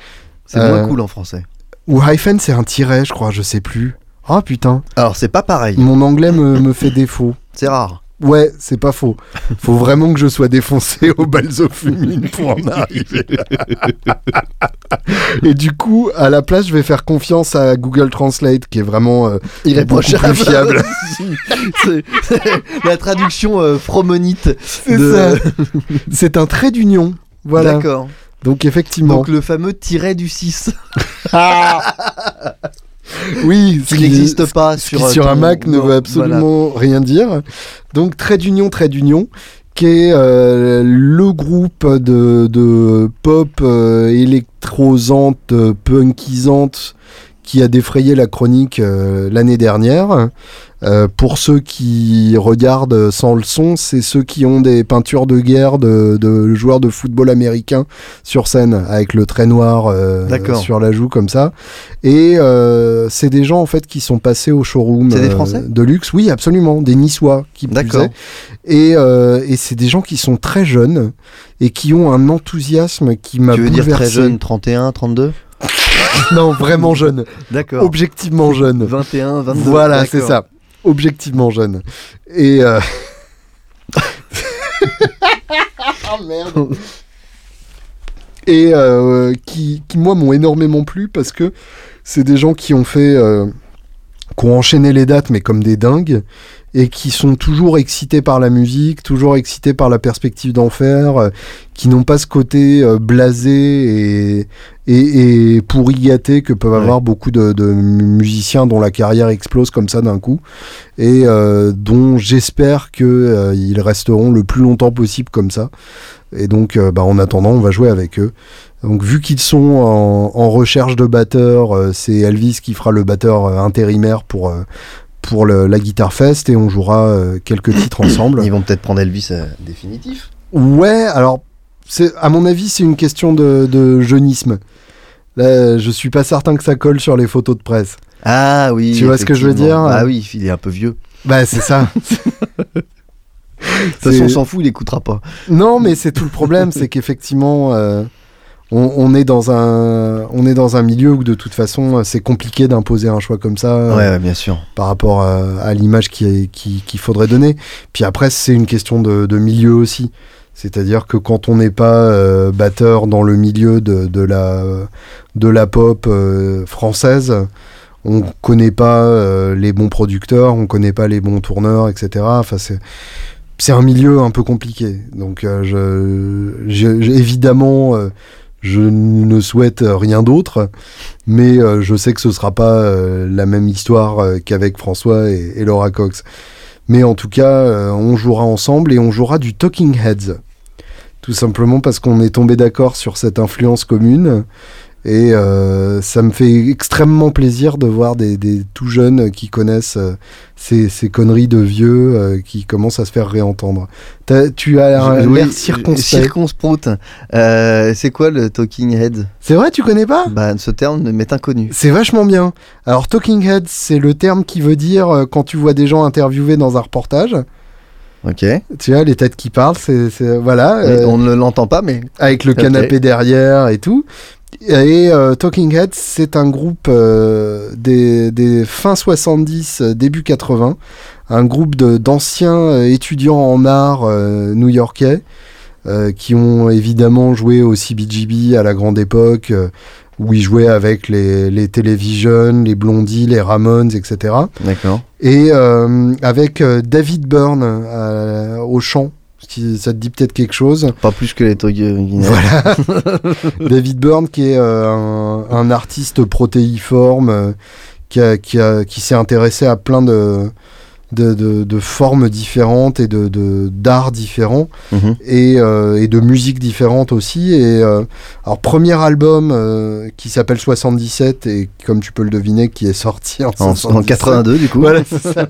Speaker 2: C'est
Speaker 1: Euh,
Speaker 2: moins cool en français.
Speaker 1: Ou hyphen, c'est un tiret, je crois, je sais plus. Ah putain,
Speaker 2: Alors, c'est pas pareil,
Speaker 1: mon anglais me, me fait défaut.
Speaker 2: c'est rare.
Speaker 1: Ouais, c'est pas faux. Faut vraiment que je sois défoncé aux balles aux fumines pour en arriver. là. Et du coup, à la place, je vais faire confiance à Google Translate, qui est vraiment euh,
Speaker 2: Irréprochable.
Speaker 1: Beaucoup plus fiable.
Speaker 2: Si, c'est- c'est la traduction euh, fromonite. de-
Speaker 1: ça. c'est un trait d'union. Voilà.
Speaker 2: D'accord.
Speaker 1: Donc effectivement.
Speaker 2: Donc, le fameux tiret du 6 ah
Speaker 1: oui, ce
Speaker 2: qui n'existe pas
Speaker 1: Ce qui,
Speaker 2: sur, euh,
Speaker 1: sur un
Speaker 2: ton-
Speaker 1: Mac ne
Speaker 2: non,
Speaker 1: veut absolument rien dire. Donc trait d'union, trait d'union, qui est euh, le groupe de, de pop euh, électrosante, euh, punkisante, qui a défrayé la chronique euh, l'année dernière. Euh, pour ceux qui regardent sans le son, c'est ceux qui ont des peintures de guerre de, de joueurs de football américain sur scène, avec le trait noir euh,
Speaker 2: D'accord.
Speaker 1: sur la joue comme ça. Et euh, c'est des gens en fait qui sont passés au showroom
Speaker 2: C'est des
Speaker 1: euh,
Speaker 2: Français
Speaker 1: de luxe, oui absolument, des Niçois qui plus
Speaker 2: D'accord.
Speaker 1: est. Et, euh, et c'est des gens qui sont très jeunes et qui ont un enthousiasme qui m'a
Speaker 2: Tu veux
Speaker 1: bouleversé.
Speaker 2: dire très jeune, 31, 32
Speaker 1: Non, vraiment jeune,
Speaker 2: D'accord.
Speaker 1: objectivement jeune.
Speaker 2: 21, 22.
Speaker 1: Voilà,
Speaker 2: d'accord.
Speaker 1: c'est ça. Objectivement jeune. Et. euh, Et euh, qui, qui, moi, m'ont énormément plu parce que c'est des gens qui ont fait. euh, qui ont enchaîné les dates, mais comme des dingues, et qui sont toujours excités par la musique, toujours excités par la perspective d'en faire, euh, qui n'ont pas ce côté euh, blasé et, et, et pourri gâté que peuvent
Speaker 2: Ouais.
Speaker 1: avoir beaucoup de, de musiciens dont la carrière explose comme ça d'un coup, et euh, dont j'espère qu'ils euh, resteront le plus longtemps possible comme ça. Et donc, euh, bah, en attendant, on va jouer avec eux. Donc vu qu'ils sont en, en recherche de batteur, euh, c'est Elvis qui fera le batteur euh, intérimaire pour, euh, pour le- la Guitar Fest et on jouera euh, quelques titres ensemble.
Speaker 2: Ils vont peut-être prendre Elvis euh, définitif.
Speaker 1: Ouais, alors, c'est, à mon avis, c'est une question de, de jeunisme. Là, je suis pas certain que ça colle sur les photos de presse.
Speaker 2: Ah oui.
Speaker 1: Tu vois ce que je veux
Speaker 2: effectivement.
Speaker 1: dire
Speaker 2: Ah oui, il est un peu vieux.
Speaker 1: Bah, c'est ça.
Speaker 2: De toute façon, on s'en fout, il écoutera pas.
Speaker 1: Non, mais c'est tout le problème, c'est qu'effectivement, euh, on, on est dans un, on est dans un milieu où de toute façon, c'est compliqué d'imposer un choix comme ça euh,
Speaker 2: Ouais, ouais, bien sûr.
Speaker 1: par rapport euh, à, l'image qui est- qui- qu'il faudrait donner. Puis après, c'est une question de, de milieu aussi. C'est-à-dire que quand on n'est pas euh, batteur dans le milieu de, de la, de la pop euh, française, on connaît pas euh, les bons producteurs, on connaît pas les bons tourneurs, etc. Enfin, c'est c'est un milieu un peu compliqué. Donc, euh, je, je- je- évidemment, euh, je ne souhaite euh, rien d'autre, mais euh, je sais que ce sera pas euh, la même histoire euh, qu'avec François et, et Laura Cox. Mais en tout cas, euh, on jouera ensemble et on jouera du Talking Heads. Tout simplement parce qu'on est tombé d'accord sur cette influence commune. Et euh, ça me fait extrêmement plaisir de voir des, des tout jeunes qui connaissent euh, ces, ces conneries de vieux euh, qui commencent à se faire réentendre. T'as- tu as un
Speaker 2: Je- oui,
Speaker 1: Euh, l'air
Speaker 2: je-
Speaker 1: circonspect.
Speaker 2: circonsprout. Euh, c'est quoi le talking head
Speaker 1: C'est vrai, tu connais pas
Speaker 2: Bah, ce terme m'est inconnu.
Speaker 1: C'est vachement bien. Alors, talking head, c'est le terme qui veut dire euh, quand tu vois des gens interviewés dans un reportage.
Speaker 2: Ok.
Speaker 1: Tu vois, les têtes qui parlent, c'est, c'est- voilà, euh,
Speaker 2: On ne l'entend pas, mais
Speaker 1: avec le
Speaker 2: ok.
Speaker 1: canapé derrière et tout. Et euh, Talking Heads, c'est un groupe euh, des, des fins 70, euh, début 80, un groupe de- d'anciens euh, étudiants en art euh, new-yorkais euh, qui ont évidemment joué au CBGB à la grande époque, euh, où ils jouaient avec les, les Television, les Blondie, les Ramones, etc.
Speaker 2: d'accord.
Speaker 1: Et euh, avec euh, David Byrne euh, au chant, si ça te dit peut-être quelque chose.
Speaker 2: Pas plus que les talking heads.
Speaker 1: Voilà. David Byrne, qui est euh, un, un artiste protéiforme, euh, qui, a- qui a- qui s'est intéressé à plein de, de, de- de formes différentes et de- de- d'arts différents
Speaker 2: Mhm.
Speaker 1: et, euh, et de musiques différentes aussi. Et euh, alors, premier album euh, qui s'appelle 77 et comme tu peux le deviner, qui est sorti en,
Speaker 2: En, en
Speaker 1: 77.
Speaker 2: 82, du coup.
Speaker 1: Voilà, c'est ça.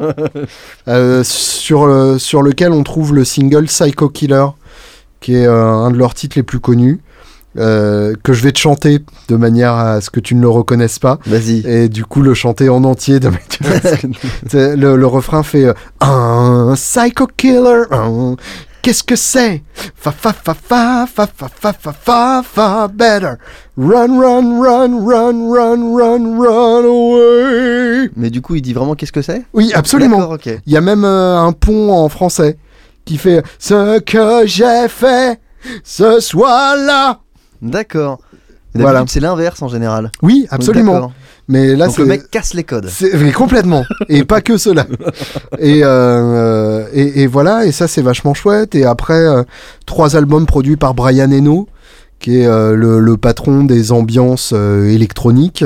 Speaker 1: Euh, sur, le- sur lequel on trouve le single Psycho Killer, qui est euh, un de leurs titres les plus connus, euh, que je vais te chanter de manière à ce que tu ne le reconnaisses pas.
Speaker 2: Vas-y.
Speaker 1: Et du coup, le chanter en entier. de- tu vois, c'est- c'est- le, le refrain fait euh, un psycho killer. un- Qu'est-ce que c'est Fa fa fa fa fa fa fa fa fa fa better. Run run run run run run run away.
Speaker 2: Mais du coup, il dit vraiment qu'est-ce que c'est
Speaker 1: Oui, absolument.
Speaker 2: D'accord, ok.
Speaker 1: Il y a même euh, un pont en français qui fait ce que j'ai fait ce soir-là.
Speaker 2: D'accord. D'habitude,
Speaker 1: Voilà.
Speaker 2: C'est l'inverse en général.
Speaker 1: Oui, absolument.
Speaker 2: D'accord.
Speaker 1: Mais là,
Speaker 2: Donc le
Speaker 1: c'est-
Speaker 2: mec casse les codes.
Speaker 1: c'est mais complètement et pas que cela. Et, euh, et et voilà et ça c'est vachement chouette. Et après euh, trois albums produits par Brian Eno, qui est euh, le, le patron des ambiances euh, électroniques.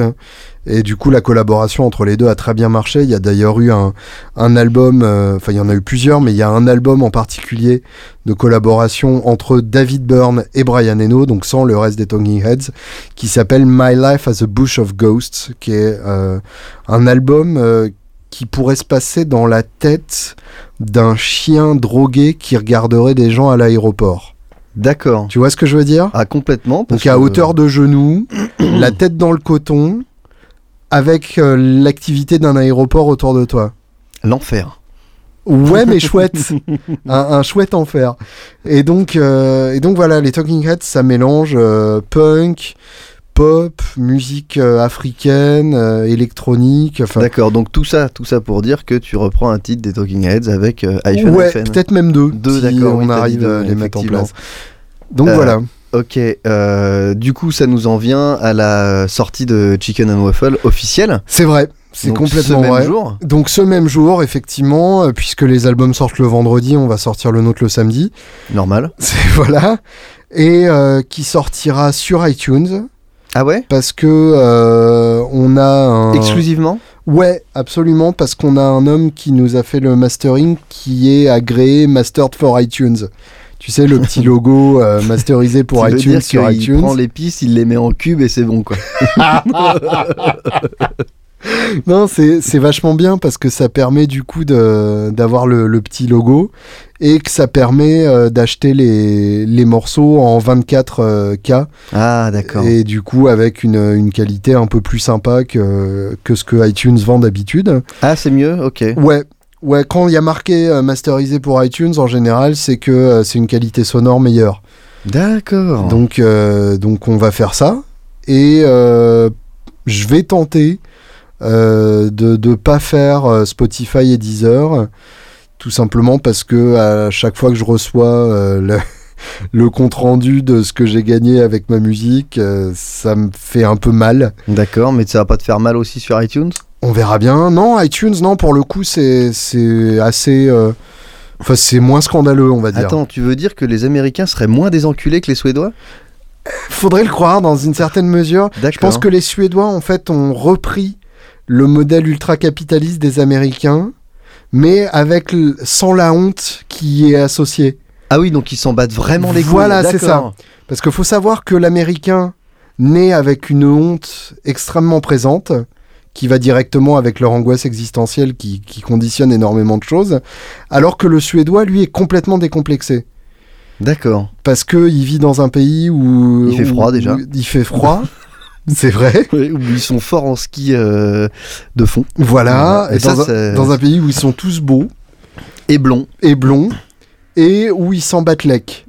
Speaker 1: Et du coup, la collaboration entre les deux a très bien marché. Il y a d'ailleurs eu un, un album, euh, enfin il y en a eu plusieurs, mais il y a un album en particulier de collaboration entre David Byrne et Brian Eno, donc sans le reste des Talking Heads, qui s'appelle My Life as a Bush of Ghosts, qui est euh, un album euh, qui pourrait se passer dans la tête d'un chien drogué qui regarderait des gens à l'aéroport.
Speaker 2: D'accord.
Speaker 1: Tu vois ce que je veux dire
Speaker 2: Ah, complètement. parce
Speaker 1: donc à
Speaker 2: que-
Speaker 1: hauteur de genoux, la tête dans le coton, avec euh, l'activité d'un aéroport autour de toi.
Speaker 2: L'enfer.
Speaker 1: Ouais, mais chouette, un, un chouette enfer. Et donc, euh, et donc voilà, les Talking Heads, ça mélange euh, punk, pop, musique euh, africaine, euh, électronique. Enfin,
Speaker 2: D'accord. Donc tout ça, tout ça pour dire que tu reprends un titre des Talking Heads avec euh, iPhone
Speaker 1: ouais,
Speaker 2: FN.
Speaker 1: peut-être même deux,
Speaker 2: Deux,
Speaker 1: si
Speaker 2: d'accord, oui,
Speaker 1: on
Speaker 2: t'as dit
Speaker 1: arrive
Speaker 2: deux,
Speaker 1: à les mettre en
Speaker 2: effectivement.
Speaker 1: place. Donc
Speaker 2: Euh,
Speaker 1: voilà.
Speaker 2: Ok, euh, du coup ça nous en vient à la sortie de Chicken and Waffle officielle.
Speaker 1: C'est vrai, c'est
Speaker 2: Donc,
Speaker 1: complètement
Speaker 2: ce même
Speaker 1: vrai.
Speaker 2: jour.
Speaker 1: Donc ce même jour, effectivement, euh, puisque les albums sortent le vendredi, on va sortir le nôtre le samedi.
Speaker 2: Normal.
Speaker 1: C'est voilà. Et euh, qui sortira sur iTunes
Speaker 2: Ah ouais
Speaker 1: parce que euh, on a un...
Speaker 2: Exclusivement
Speaker 1: Ouais, absolument, parce qu'on a un homme qui nous a fait le mastering qui est agréé Mastered for iTunes. Tu sais, le petit logo euh, masterisé pour
Speaker 2: Ça veut
Speaker 1: iTunes
Speaker 2: dire
Speaker 1: sur
Speaker 2: qu'il
Speaker 1: iTunes.
Speaker 2: prend les pistes, il les met en cube et c'est bon quoi.
Speaker 1: Non, c'est c'est vachement bien parce que ça permet du coup de- d'avoir le, le petit logo et que ça permet euh, d'acheter les, les morceaux en 24K
Speaker 2: Ah d'accord.
Speaker 1: et du coup avec une, une qualité un peu plus sympa que, que ce que iTunes vend d'habitude.
Speaker 2: Ah c'est mieux, ok.
Speaker 1: Ouais. Ouais, quand il y a marqué euh, masterisé pour iTunes, en général, c'est que euh, c'est une qualité sonore meilleure.
Speaker 2: D'accord.
Speaker 1: Donc, euh, donc on va faire ça. Et euh, je vais tenter euh, de ne pas faire euh, Spotify et Deezer, tout simplement parce que à chaque fois que je reçois euh, le, le compte rendu de ce que j'ai gagné avec ma musique, euh, ça me fait un peu mal.
Speaker 2: D'accord, mais ça va pas te faire mal aussi sur iTunes
Speaker 1: On verra bien. Non, iTunes, non, pour le coup, c'est c'est assez. euh, Enfin, c'est moins scandaleux, on va dire.
Speaker 2: Attends, tu veux dire que les Américains seraient moins désenculés que les Suédois
Speaker 1: Faudrait le croire dans une certaine mesure.
Speaker 2: D'accord.
Speaker 1: Je pense que les Suédois, en fait, ont repris le modèle ultra-capitaliste des Américains, mais avec l- sans la honte qui y est associée.
Speaker 2: Ah oui, donc ils s'en battent vraiment les couilles.
Speaker 1: Voilà, c'est
Speaker 2: d'accord.
Speaker 1: Parce qu'il faut savoir que l'Américain naît avec une honte extrêmement présente, qui va directement avec leur angoisse existentielle qui, qui conditionne énormément de choses, alors que le Suédois, lui, est complètement décomplexé.
Speaker 2: D'accord.
Speaker 1: parce que il vit dans un pays où
Speaker 2: Il fait
Speaker 1: où-
Speaker 2: froid, déjà.
Speaker 1: où Il fait froid. C'est vrai,
Speaker 2: Oui, ou ils sont forts en ski euh, de fond.
Speaker 1: voilà.
Speaker 2: Et
Speaker 1: Et
Speaker 2: ça,
Speaker 1: dans,
Speaker 2: c'est- euh,
Speaker 1: un, dans un pays où ils sont tous beaux
Speaker 2: Et blond.
Speaker 1: et blonds et où ils s'en battent lec.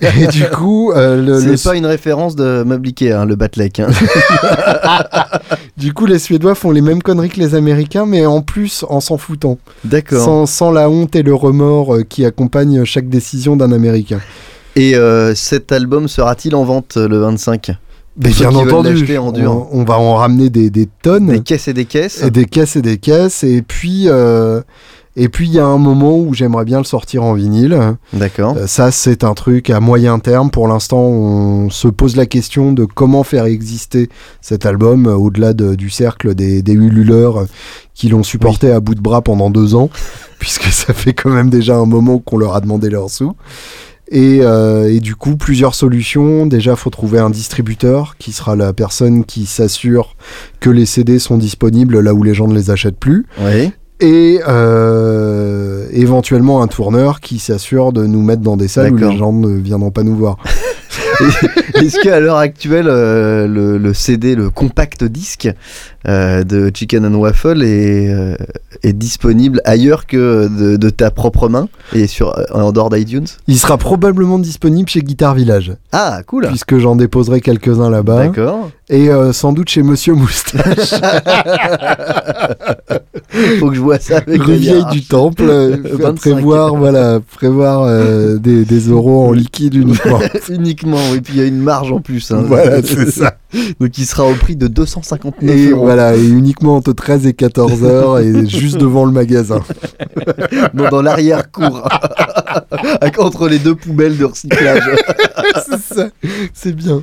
Speaker 1: et du coup, euh, le- le-
Speaker 2: C'est pas une référence de Mabliquet, hein, le Batlek. hein.
Speaker 1: du coup, les Suédois font les mêmes conneries que les Américains, mais en plus en s'en foutant,
Speaker 2: D'accord.
Speaker 1: sans, sans la honte et le remords euh, qui accompagnent chaque décision d'un Américain.
Speaker 2: Et euh, cet album sera-t-il en vente euh, le 25
Speaker 1: Mais bien
Speaker 2: ceux qui veulent
Speaker 1: entendu,
Speaker 2: l'acheter en dur.
Speaker 1: on, on va en ramener des, des tonnes.
Speaker 2: Des caisses et des caisses.
Speaker 1: Et des caisses et des caisses. Et puis, euh, et puis il y a un moment où j'aimerais bien le sortir en vinyle.
Speaker 2: D'accord.
Speaker 1: Euh, ça, c'est un truc à moyen terme. Pour l'instant, on se pose la question de comment faire exister cet album euh, au-delà de- du cercle des, des ululeurs euh, qui l'ont supporté à bout de bras pendant deux ans, puisque ça fait quand même déjà un moment qu'on leur a demandé leurs sous. Et, euh, et du coup, plusieurs solutions. Déjà, faut trouver un distributeur qui sera la personne qui s'assure que les CD sont disponibles là où les gens ne les achètent plus
Speaker 2: Oui.
Speaker 1: et euh, éventuellement un tourneur qui s'assure de nous mettre dans des salles où
Speaker 2: D'accord.
Speaker 1: les gens ne viendront pas nous voir.
Speaker 2: Est-ce qu'à l'heure actuelle, euh, le, le CD, le compact disque euh, de Chicken and Waffle est, euh, est disponible ailleurs que de, de ta propre main et sur, euh, en dehors d'iTunes
Speaker 1: Il sera probablement disponible chez Guitar Village,
Speaker 2: Ah, cool
Speaker 1: puisque j'en déposerai quelques-uns là-bas,
Speaker 2: D'accord.
Speaker 1: et euh, sans doute chez Monsieur Moustache,
Speaker 2: Faut que je vois ça avec
Speaker 1: rue
Speaker 2: le
Speaker 1: vieille
Speaker 2: gars.
Speaker 1: du Temple, euh,
Speaker 2: 25.
Speaker 1: prévoir voilà, prévoir euh, des, des euros en liquide uniquement.
Speaker 2: Uniquement, et puis il y a une marge en plus. hein.
Speaker 1: Voilà, c'est ça.
Speaker 2: Donc il sera au prix de 259
Speaker 1: Et
Speaker 2: euros.
Speaker 1: voilà, et uniquement entre 13 et 14 heures, et juste devant le magasin.
Speaker 2: Non, dans l'arrière-cour. Entre les deux poubelles de recyclage.
Speaker 1: c'est ça, c'est bien.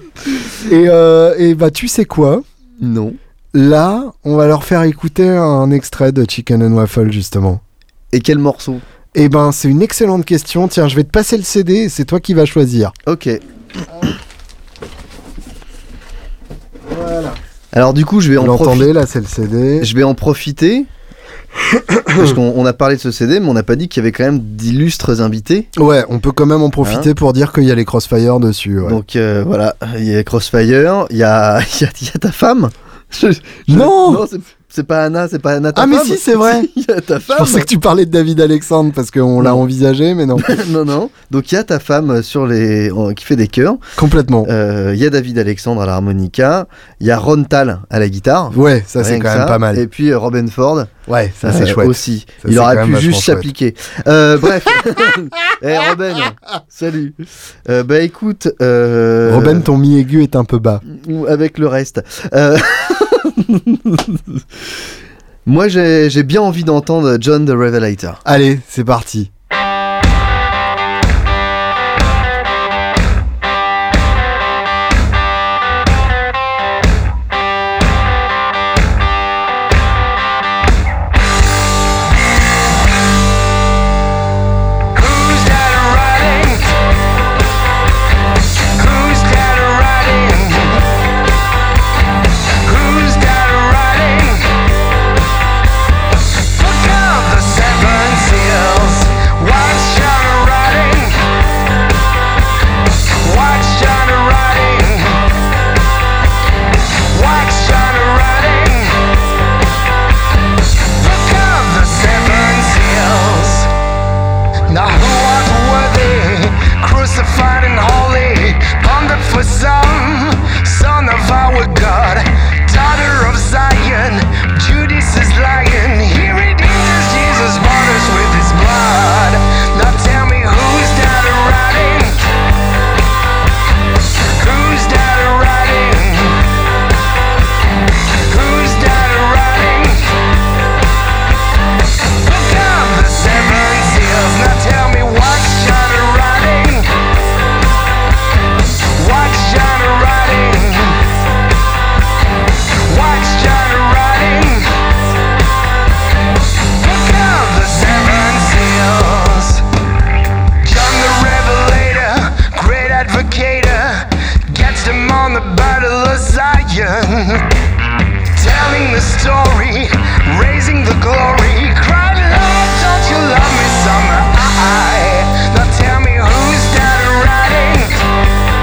Speaker 1: Et, euh, et bah, tu sais quoi
Speaker 2: Non.
Speaker 1: Là, on va leur faire écouter un extrait de Chicken and Waffle, justement.
Speaker 2: Et quel morceau
Speaker 1: Eh ben, c'est une excellente question. Tiens, je vais te passer le CD et c'est toi qui vas choisir.
Speaker 2: Ok. Alors du coup, je vais
Speaker 1: Vous
Speaker 2: en, profi-
Speaker 1: l'entendez, là, c'est le CD.
Speaker 2: je vais en profiter. parce qu'on on a parlé de ce CD, mais on n'a pas dit qu'il y avait quand même d'illustres invités.
Speaker 1: Ouais, on peut quand même en profiter pour dire qu'il y a les Crossfire dessus. ouais.
Speaker 2: Hein Donc euh, voilà, il y a Crossfire, il y a, il y a- il y a ta femme. Je- je-
Speaker 1: Non
Speaker 2: c'est- C'est pas Anna, c'est pas Anna ta
Speaker 1: Ah, mais
Speaker 2: femme.
Speaker 1: si, c'est vrai
Speaker 2: Il y a ta
Speaker 1: Je
Speaker 2: femme
Speaker 1: pensais que tu parlais de David Alexandre parce qu'on l'a
Speaker 2: Non.
Speaker 1: envisagé, mais non.
Speaker 2: Non, non. Donc il y a ta femme sur les... euh, qui fait des chœurs.
Speaker 1: Complètement.
Speaker 2: Euh, Il y a David Alexandre à l'harmonica. Il y a Ron Tal à la guitare.
Speaker 1: Ouais, ça
Speaker 2: Rien
Speaker 1: c'est
Speaker 2: que
Speaker 1: quand même
Speaker 2: ça.
Speaker 1: pas mal.
Speaker 2: Et puis euh, Robin Ford.
Speaker 1: Ouais, ça c'est
Speaker 2: euh,
Speaker 1: chouette.
Speaker 2: Aussi.
Speaker 1: Ça,
Speaker 2: Il
Speaker 1: c'est
Speaker 2: aurait
Speaker 1: quand
Speaker 2: pu
Speaker 1: même
Speaker 2: juste
Speaker 1: vachement
Speaker 2: s'appliquer. Euh, bref. Eh, Robin, salut. Euh, bah écoute. euh,
Speaker 1: Robin, ton mi aigu est un peu bas.
Speaker 2: ou avec le reste. Euh, Moi, j'ai j'ai bien envie d'entendre John the Revelator.
Speaker 1: Allez, c'est parti.
Speaker 3: Who's that riding uh,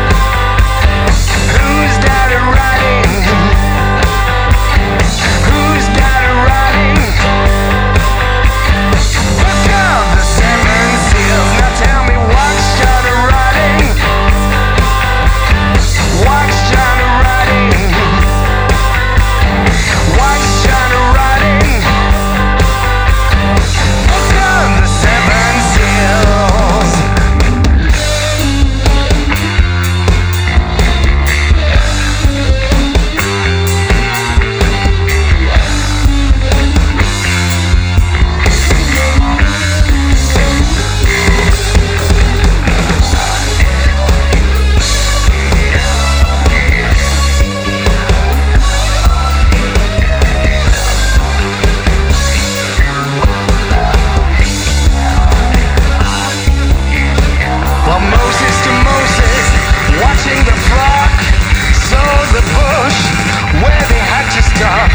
Speaker 3: Watching the flock, sows the bush where they had to stop.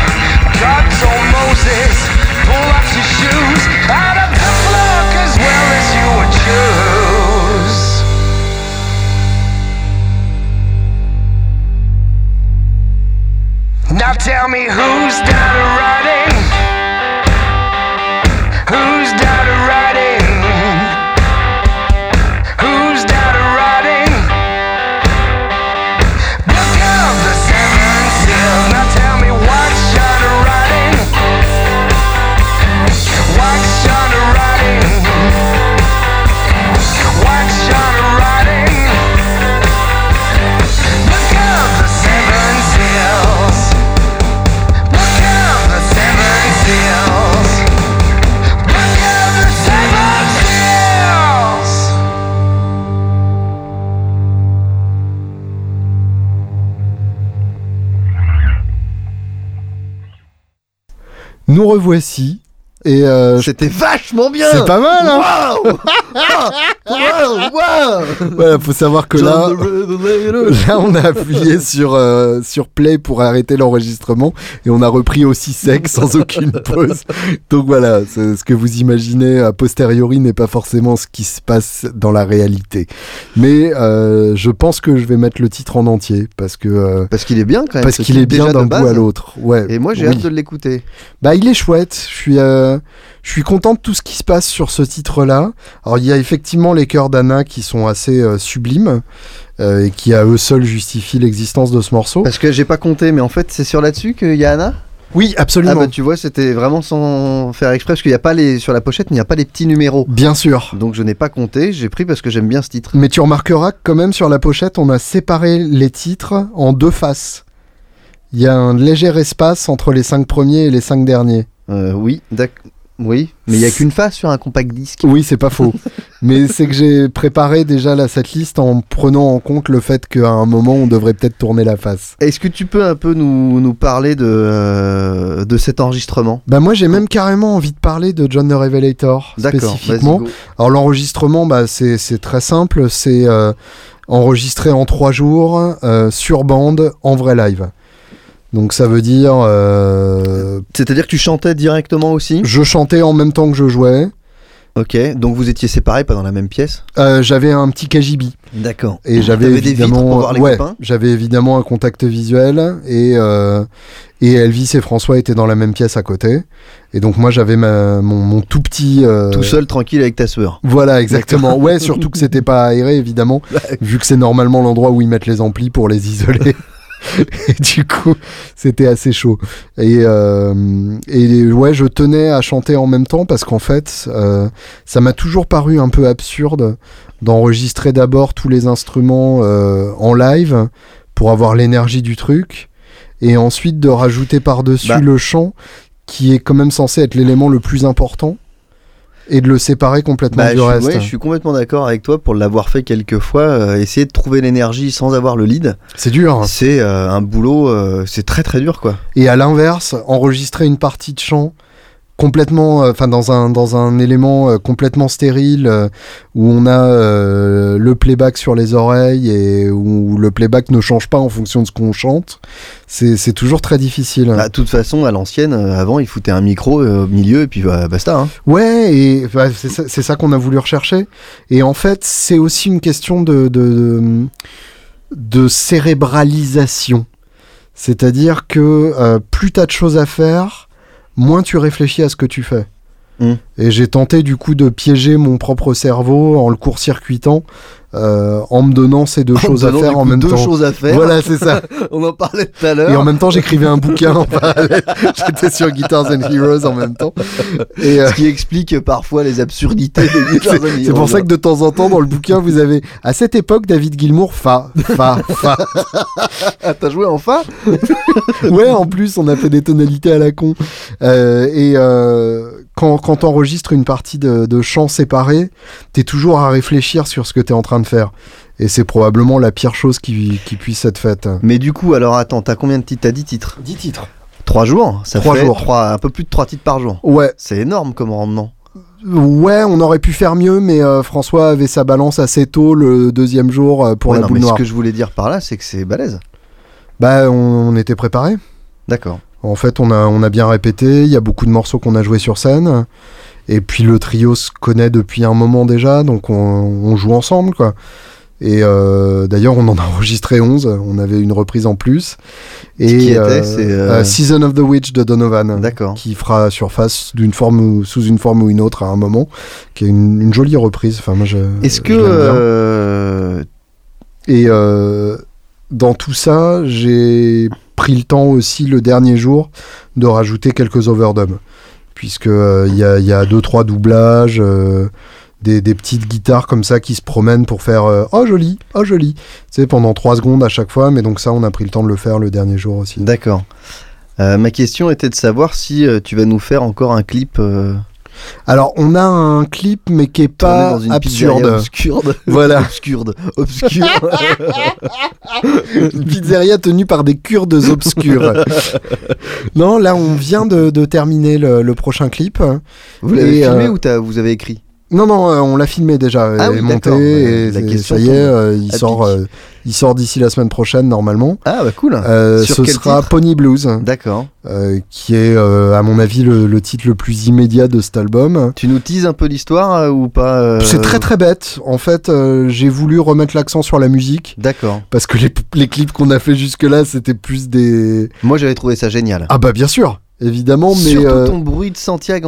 Speaker 3: God told Moses, pull up your shoes out of the flock as well as you would choose. Now tell me who's done running? Who's done running? Who's done running? Look up the seventh seal. Now tell me what's shot running? What's shot running? What's shot running? Look up the seven seals. Look up the seven seals. Look up the seven seals.
Speaker 1: Nous revoici. Et euh,
Speaker 2: C'était vachement bien.
Speaker 1: c'est pas mal, hein
Speaker 2: Waouh Waouh Waouh
Speaker 1: Voilà, faut savoir que là,
Speaker 2: John the
Speaker 1: là, on a appuyé sur, euh, sur play pour arrêter l'enregistrement et on a repris aussi sec sans aucune pause. Donc voilà, c'est- ce que vous imaginez a posteriori n'est pas forcément ce qui se passe dans la réalité. Mais euh, je pense que je vais mettre le titre en entier parce que euh,
Speaker 2: Parce qu'il est bien quand même.
Speaker 1: parce
Speaker 2: ce
Speaker 1: qu'il
Speaker 2: type,
Speaker 1: est bien
Speaker 2: déjà,
Speaker 1: d'un
Speaker 2: de
Speaker 1: bout à
Speaker 2: base.
Speaker 1: l'autre. Ouais.
Speaker 2: Et moi j'ai
Speaker 1: Oui.
Speaker 2: hâte de l'écouter.
Speaker 1: Bah, il est chouette. Je suis, euh, je suis content de tout ce qui se passe sur ce titre-là. Alors, il y a effectivement les chœurs d'Anna qui sont assez euh, sublimes euh, et qui à eux seuls justifient l'existence de ce morceau.
Speaker 2: Parce que j'ai pas compté, mais en fait c'est sur là-dessus qu'il y a Anna
Speaker 1: Oui, absolument.
Speaker 2: Ah bah tu vois, c'était vraiment sans faire exprès, parce qu'il n'y a pas les sur la pochette, il n'y a pas les petits numéros.
Speaker 1: Bien sûr.
Speaker 2: Donc je n'ai pas compté, j'ai pris parce que j'aime bien ce titre.
Speaker 1: Mais tu remarqueras que quand même sur la pochette, on a séparé les titres en deux faces. Il y a un léger espace entre les cinq premiers et les cinq derniers.
Speaker 2: Euh, oui, d'ac- oui, mais il n'y a qu'une face sur un compact disque.
Speaker 1: Oui, c'est pas faux. Mais c'est que j'ai préparé déjà la setlist en prenant en compte le fait qu'à un moment, on devrait peut-être tourner la face.
Speaker 2: Est-ce que tu peux un peu nous, nous parler de, euh, de cet enregistrement
Speaker 1: Bah moi j'ai même carrément envie de parler de John the Revelator
Speaker 2: D'accord, vas-y.
Speaker 1: spécifiquement.
Speaker 2: go.
Speaker 1: Alors l'enregistrement bah c'est c'est très simple, c'est euh, enregistré en trois jours euh, sur bande en vrai live. Donc ça veut dire euh,
Speaker 2: C'est-à-dire que tu chantais directement aussi
Speaker 1: je chantais en même temps que je jouais.
Speaker 2: Ok, donc vous étiez séparés, pas dans la même pièce
Speaker 1: Euh, j'avais un petit KGB
Speaker 2: D'accord.
Speaker 1: et j'avais
Speaker 2: Ah, T'avais des
Speaker 1: évidemment
Speaker 2: vitres pour voir les
Speaker 1: ouais,
Speaker 2: copains
Speaker 1: j'avais évidemment un contact visuel et euh, et Elvis et François étaient dans la même pièce à côté et donc moi j'avais ma- mon, mon tout petit euh,
Speaker 2: Tout seul, tranquille avec ta sœur.
Speaker 1: Voilà, exactement. Ouais, surtout que c'était pas aéré, évidemment, vu que c'est normalement l'endroit où ils mettent les amplis pour les isoler. Et du coup, c'était assez chaud. Et, euh, et ouais, je tenais à chanter en même temps parce qu'en fait, euh, ça m'a toujours paru un peu absurde d'enregistrer d'abord tous les instruments euh, en live pour avoir l'énergie du truc et ensuite de rajouter par-dessus
Speaker 2: Bah.
Speaker 1: le chant qui est quand même censé être l'élément le plus important et de le séparer complètement
Speaker 2: Bah,
Speaker 1: du
Speaker 2: je, suis-
Speaker 1: reste.
Speaker 2: ouais, je suis complètement d'accord avec toi pour l'avoir fait quelques fois. euh, essayer de trouver l'énergie sans avoir le lead,
Speaker 1: C'est dur. hein.
Speaker 2: c'est euh, un boulot, euh, c'est très très dur quoi.
Speaker 1: Et à l'inverse, enregistrer une partie de chant complètement, euh, enfin dans un dans un élément euh, complètement stérile euh, où on a euh, le playback sur les oreilles et où le playback ne change pas en fonction de ce qu'on chante, c'est c'est toujours très difficile.
Speaker 2: Bah, De toute façon, à l'ancienne, euh, avant, ils foutaient un micro euh, au milieu et puis bah, basta. hein.
Speaker 1: Ouais, et bah, c'est ça, c'est ça qu'on a voulu rechercher. Et en fait, c'est aussi une question de, de, de, de cérébralisation. C'est-à-dire que euh, plus t'as de choses à faire, moins tu réfléchis à ce que tu fais.
Speaker 2: Mm.
Speaker 1: Et j'ai tenté du coup de piéger mon propre cerveau en le court-circuitant, euh, en me donnant ces deux
Speaker 2: En
Speaker 1: choses à
Speaker 2: donnant,
Speaker 1: faire
Speaker 2: du
Speaker 1: en
Speaker 2: coup,
Speaker 1: même
Speaker 2: deux
Speaker 1: temps.
Speaker 2: choses à faire.
Speaker 1: Voilà, c'est ça.
Speaker 2: On en parlait tout à
Speaker 1: Et en
Speaker 2: l'heure.
Speaker 1: même temps, j'écrivais un bouquin en parallèle. J'étais sur Guitars and Heroes en même temps. Et, euh,
Speaker 2: Ce qui explique parfois les absurdités des guitares de
Speaker 1: C'est
Speaker 2: Miron,
Speaker 1: pour ça que
Speaker 2: là.
Speaker 1: de temps en temps dans le bouquin vous avez à cette époque David Gilmour fa fa fa.
Speaker 2: Ah, t'as joué en fa
Speaker 1: Ouais en plus on a fait des tonalités à la con Euh, et euh, quand quand t'enregistres une partie de, de chant séparé t'es toujours à réfléchir sur ce que t'es en train de faire et c'est probablement la pire chose qui qui puisse être faite.
Speaker 2: Mais du coup, alors attends, t'as combien de titres T'as 10 titres
Speaker 1: 10 titres.
Speaker 2: Trois jours Ça
Speaker 1: Trois
Speaker 2: fait
Speaker 1: jours.
Speaker 2: trois- un peu plus de 3 titres par jour.
Speaker 1: Ouais
Speaker 2: C'est énorme comme rendement.
Speaker 1: Ouais, on aurait pu faire mieux, mais euh, François avait sa balance assez tôt le deuxième jour euh, pour
Speaker 2: Ouais,
Speaker 1: la
Speaker 2: non,
Speaker 1: boule
Speaker 2: mais
Speaker 1: noire.
Speaker 2: ce que je voulais dire par là, c'est que c'est balèze.
Speaker 1: Bah, on, on était préparé.
Speaker 2: D'accord.
Speaker 1: En fait, on a, on a bien répété, il y a beaucoup de morceaux qu'on a joués sur scène. Et puis le trio se connaît depuis un moment déjà, donc on, on joue ensemble, quoi. Et euh, d'ailleurs, on en a enregistré 11, on avait une reprise en plus. Et
Speaker 2: Qui était, c'est, euh,
Speaker 1: Season of the Witch de Donovan.
Speaker 2: D'accord.
Speaker 1: Qui fera surface d'une forme ou sous une forme ou une autre à un moment, qui est une, une jolie reprise. Enfin, moi, je,
Speaker 2: Est-ce
Speaker 1: je
Speaker 2: que
Speaker 1: l'aime bien.
Speaker 2: euh,
Speaker 1: Et euh, dans tout ça, j'ai pris le temps aussi le dernier jour de rajouter quelques overdubs. Puisque euh, il y, a- il y a deux, trois doublages, euh, des, des petites guitares comme ça qui se promènent pour faire euh, Oh joli, oh joli. C'est pendant trois secondes à chaque fois, mais donc ça, on a pris le temps de le faire le dernier jour aussi.
Speaker 2: D'accord. Euh, ma question était de savoir si euh, tu vas nous faire encore un clip euh,
Speaker 1: Alors, on a un clip, mais qui est
Speaker 2: tourné
Speaker 1: pas
Speaker 2: dans une pizzeria
Speaker 1: absurde.
Speaker 2: obscurde.
Speaker 1: Voilà,
Speaker 2: Obscurde. Obscure.
Speaker 1: une pizzeria tenue par des Kurdes obscurs. non, là, on vient de, de terminer le- le prochain clip.
Speaker 2: Vous l'avez
Speaker 1: Et,
Speaker 2: filmé
Speaker 1: euh,
Speaker 2: ou t'as- vous avez écrit
Speaker 1: Non, non, euh, on l'a filmé déjà,
Speaker 2: Ah
Speaker 1: et
Speaker 2: oui,
Speaker 1: monté,
Speaker 2: d'accord, ouais,
Speaker 1: et
Speaker 2: la
Speaker 1: c'est-
Speaker 2: question
Speaker 1: ça y est,
Speaker 2: tombe
Speaker 1: euh, il,
Speaker 2: à
Speaker 1: sort,
Speaker 2: pic.
Speaker 1: euh, il sort d'ici la semaine prochaine normalement.
Speaker 2: Ah bah cool.
Speaker 1: Euh,
Speaker 2: Sur
Speaker 1: ce
Speaker 2: quel
Speaker 1: sera
Speaker 2: titre
Speaker 1: Pony Blues,
Speaker 2: D'accord.
Speaker 1: euh, qui est euh, à mon avis le, le titre le plus immédiat de cet album.
Speaker 2: Tu nous teases un peu l'histoire euh, ou pas euh,
Speaker 1: C'est très très bête. En fait, euh, j'ai voulu remettre l'accent sur la musique
Speaker 2: D'accord.
Speaker 1: parce que les, les clips qu'on a fait jusque-là, c'était plus des.
Speaker 2: Moi j'avais trouvé ça génial.
Speaker 1: Ah bah bien sûr, évidemment, mais
Speaker 2: Surtout
Speaker 1: euh,
Speaker 2: ton bruit de Santiago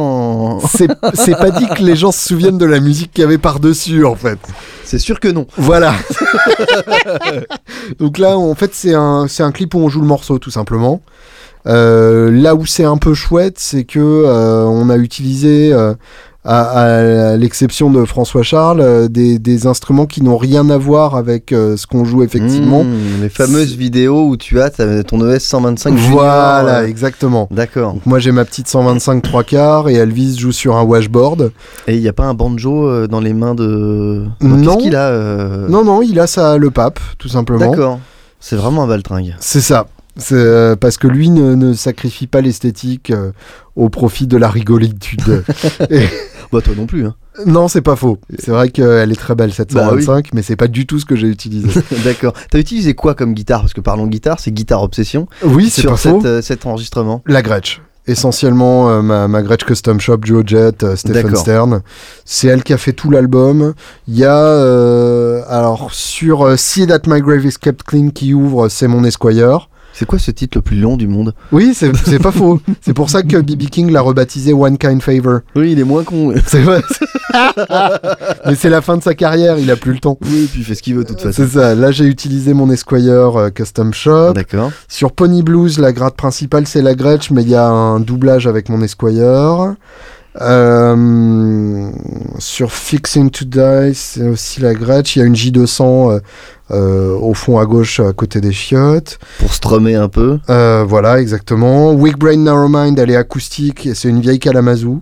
Speaker 2: en...
Speaker 1: c'est c'est pas dit que les gens se souviennent de la musique qu'il y avait par dessus en fait.
Speaker 2: C'est sûr que non.
Speaker 1: Voilà. Donc là, en fait, c'est un, c'est un clip où on joue le morceau, tout simplement. Euh, là où c'est un peu chouette, c'est que euh, on a utilisé, euh, à, à l'exception de François Charles, euh, des, des instruments qui n'ont rien à voir avec euh, ce qu'on joue effectivement.
Speaker 2: Mmh, les fameuses vidéos où tu as ta- ton E ES 125 Junior,
Speaker 1: voilà,
Speaker 2: euh,
Speaker 1: exactement.
Speaker 2: D'accord.
Speaker 1: Donc moi j'ai ma petite 125 3 quarts et Elvis joue sur un washboard.
Speaker 2: Et il n'y a pas un banjo euh, dans les mains de.
Speaker 1: Non.
Speaker 2: Qu'est-ce qu'il a euh,
Speaker 1: Non non, il a ça le pape tout simplement.
Speaker 2: D'accord. C'est vraiment un valtringue.
Speaker 1: C'est ça. C'est, euh, parce que lui ne, ne sacrifie pas l'esthétique euh, au profit de la rigolitude.
Speaker 2: Bah toi non plus. Hein.
Speaker 1: non, c'est pas faux. C'est vrai qu'elle est très belle, 725, mais c'est pas du tout ce que j'ai utilisé.
Speaker 2: D'accord. T'as utilisé quoi comme guitare Parce que parlons guitare, c'est guitare obsession.
Speaker 1: oui, c'est pas
Speaker 2: Sur
Speaker 1: faux.
Speaker 2: cet, euh, cet enregistrement.
Speaker 1: La Gretsch. Essentiellement, euh, ma, ma Gretsch Custom Shop, Duo Jet, euh, Stephen
Speaker 2: D'accord.
Speaker 1: Stern. C'est elle qui a fait tout l'album. Il y a, euh, alors, sur euh, See That My Grave Is Kept Clean qui ouvre, c'est mon Esquire.
Speaker 2: C'est quoi ce titre le plus long du monde
Speaker 1: Oui, c'est c'est pas faux. C'est pour ça que B.B. King l'a rebaptisé One Kind Favor.
Speaker 2: Oui, il est moins con.
Speaker 1: C'est vrai. Mais c'est la fin de sa carrière, il a plus le temps.
Speaker 2: oui, et puis il fait ce qu'il veut de toute façon.
Speaker 1: C'est ça. Là, j'ai utilisé mon Esquire euh, Custom Shop.
Speaker 2: D'accord.
Speaker 1: Sur Pony Blues, la grade principale, c'est la Gretsch, mais il y a un doublage avec mon Esquire. Euh, sur Fixing to Die, c'est aussi la Gretsch. Il y a une J200 euh, euh, au fond à gauche, à côté des chiottes.
Speaker 2: Pour strummer un peu.
Speaker 1: Euh, voilà, exactement. Weak Brain Narrow Mind, elle est acoustique. et C'est une vieille Kalamazoo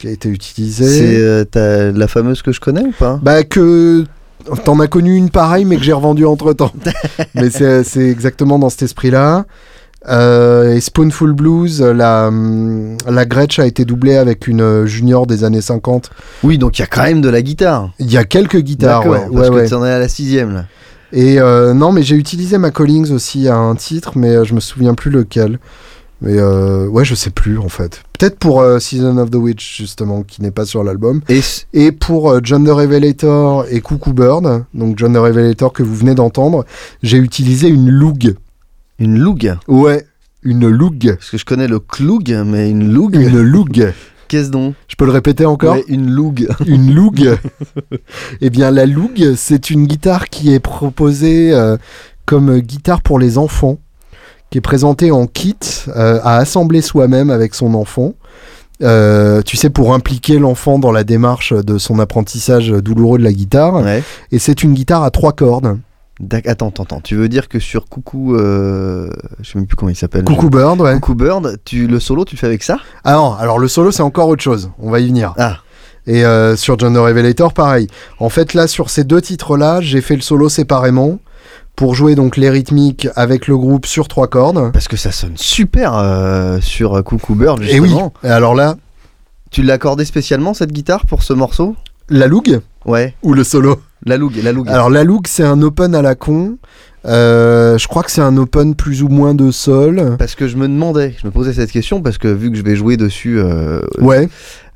Speaker 1: qui a été utilisée.
Speaker 2: C'est euh, t'as la fameuse que je connais ou pas
Speaker 1: Bah que t'en as connu une pareille mais que j'ai revendue entre temps. mais c'est c'est exactement dans cet esprit-là. Euh, et Spoonful Blues, la, hum, la Gretsch a été doublée avec une junior des années 50.
Speaker 2: Oui, donc il y a quand même de la guitare.
Speaker 1: Il y a quelques guitares, ouais. ouais,
Speaker 2: parce que
Speaker 1: ouais.
Speaker 2: t'en es à la sixième là.
Speaker 1: Et euh, non, mais j'ai utilisé ma Collings aussi à un titre, mais euh, je me souviens plus lequel. Mais euh, ouais, je sais plus en fait. Peut-être pour euh, Season of the Witch justement, qui n'est pas sur l'album.
Speaker 2: Et s-
Speaker 1: Et pour euh, John the Revelator et Cuckoo Bird, donc John the Revelator que vous venez d'entendre, j'ai utilisé une lougue.
Speaker 2: une lougue.
Speaker 1: Ouais, une lougue.
Speaker 2: Parce que je connais le cloug, mais une lougue.
Speaker 1: Une lougue.
Speaker 2: Qu'est-ce donc
Speaker 1: Je peux le répéter encore
Speaker 2: Ouais, Une lougue.
Speaker 1: Une lougue. eh bien, la lougue, c'est une guitare qui est proposée euh, comme guitare pour les enfants, qui est présentée en kit euh, à assembler soi-même avec son enfant. Euh, tu sais, pour impliquer l'enfant dans la démarche de son apprentissage douloureux de la guitare.
Speaker 2: Ouais.
Speaker 1: Et c'est une guitare à trois cordes.
Speaker 2: D'ac- Attends, attends, attends. Tu veux dire que sur Coucou, euh, je sais même plus comment il s'appelle.
Speaker 1: Coucou Bird, ouais.
Speaker 2: Coucou Bird, tu le solo, tu le fais avec ça
Speaker 1: Ah non, alors le solo c'est encore autre chose, on va y venir.
Speaker 2: Ah.
Speaker 1: Et euh, sur John the Revelator, pareil. En fait, là, sur ces deux titres-là, j'ai fait le solo séparément pour jouer donc les rythmiques avec le groupe sur trois cordes.
Speaker 2: Parce que ça sonne super euh, sur Coucou Bird
Speaker 1: Et Eh oui,
Speaker 2: justement.
Speaker 1: et alors là,
Speaker 2: Tu l'as accordé spécialement cette guitare pour ce morceau
Speaker 1: La Lougue
Speaker 2: Ouais,
Speaker 1: ou le solo
Speaker 2: la lougue, la lougue.
Speaker 1: Alors la Lougue, c'est un open à la con. Euh, je crois que c'est un open plus ou moins de sol.
Speaker 2: Parce que je me demandais, je me posais cette question parce que vu que je vais jouer dessus euh,
Speaker 1: Ouais.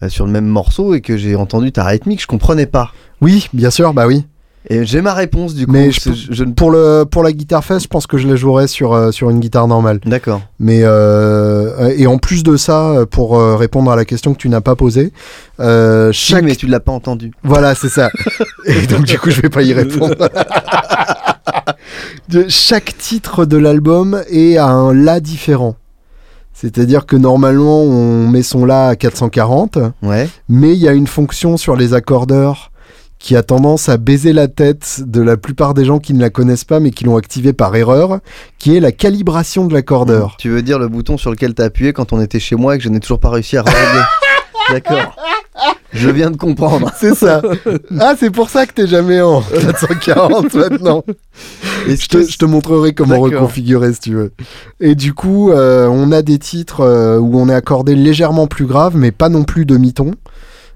Speaker 2: euh, sur le même morceau et que j'ai entendu ta rythmique, je comprenais pas.
Speaker 1: Oui, bien sûr, bah oui.
Speaker 2: Et j'ai ma réponse du coup.
Speaker 1: Mais je
Speaker 2: c'est-
Speaker 1: peux-
Speaker 2: ne.
Speaker 1: Pour le pour la guitare fesse, je pense que je la jouerais sur euh, sur une guitare normale.
Speaker 2: D'accord.
Speaker 1: Mais euh, et en plus de ça, euh, pour euh, répondre à la question que tu n'as pas posée, euh,
Speaker 2: Si,
Speaker 1: chaque
Speaker 2: mais tu l'as pas entendu.
Speaker 1: Voilà, c'est ça. Et donc du coup, je vais pas y répondre. De- chaque titre de l'album est à un la différent. C'est-à-dire que normalement, on met son la à 440,
Speaker 2: Ouais.
Speaker 1: mais il y a une fonction sur les accordeurs qui a tendance à baiser la tête de la plupart des gens qui ne la connaissent pas mais qui l'ont activée par erreur, qui est la calibration de l'accordeur.
Speaker 2: Tu veux dire le bouton sur lequel t'as appuyé quand on était chez moi et que je n'ai toujours pas réussi à régler. D'accord. Je viens de comprendre.
Speaker 1: C'est ça. Ah, c'est pour ça que t'es jamais en 440 maintenant.
Speaker 2: Est-ce
Speaker 1: je, te,
Speaker 2: que-
Speaker 1: je te montrerai comment
Speaker 2: D'accord.
Speaker 1: reconfigurer si tu veux. Et du coup, euh, on a des titres euh, où on est accordé légèrement plus grave, mais pas non plus demi-ton.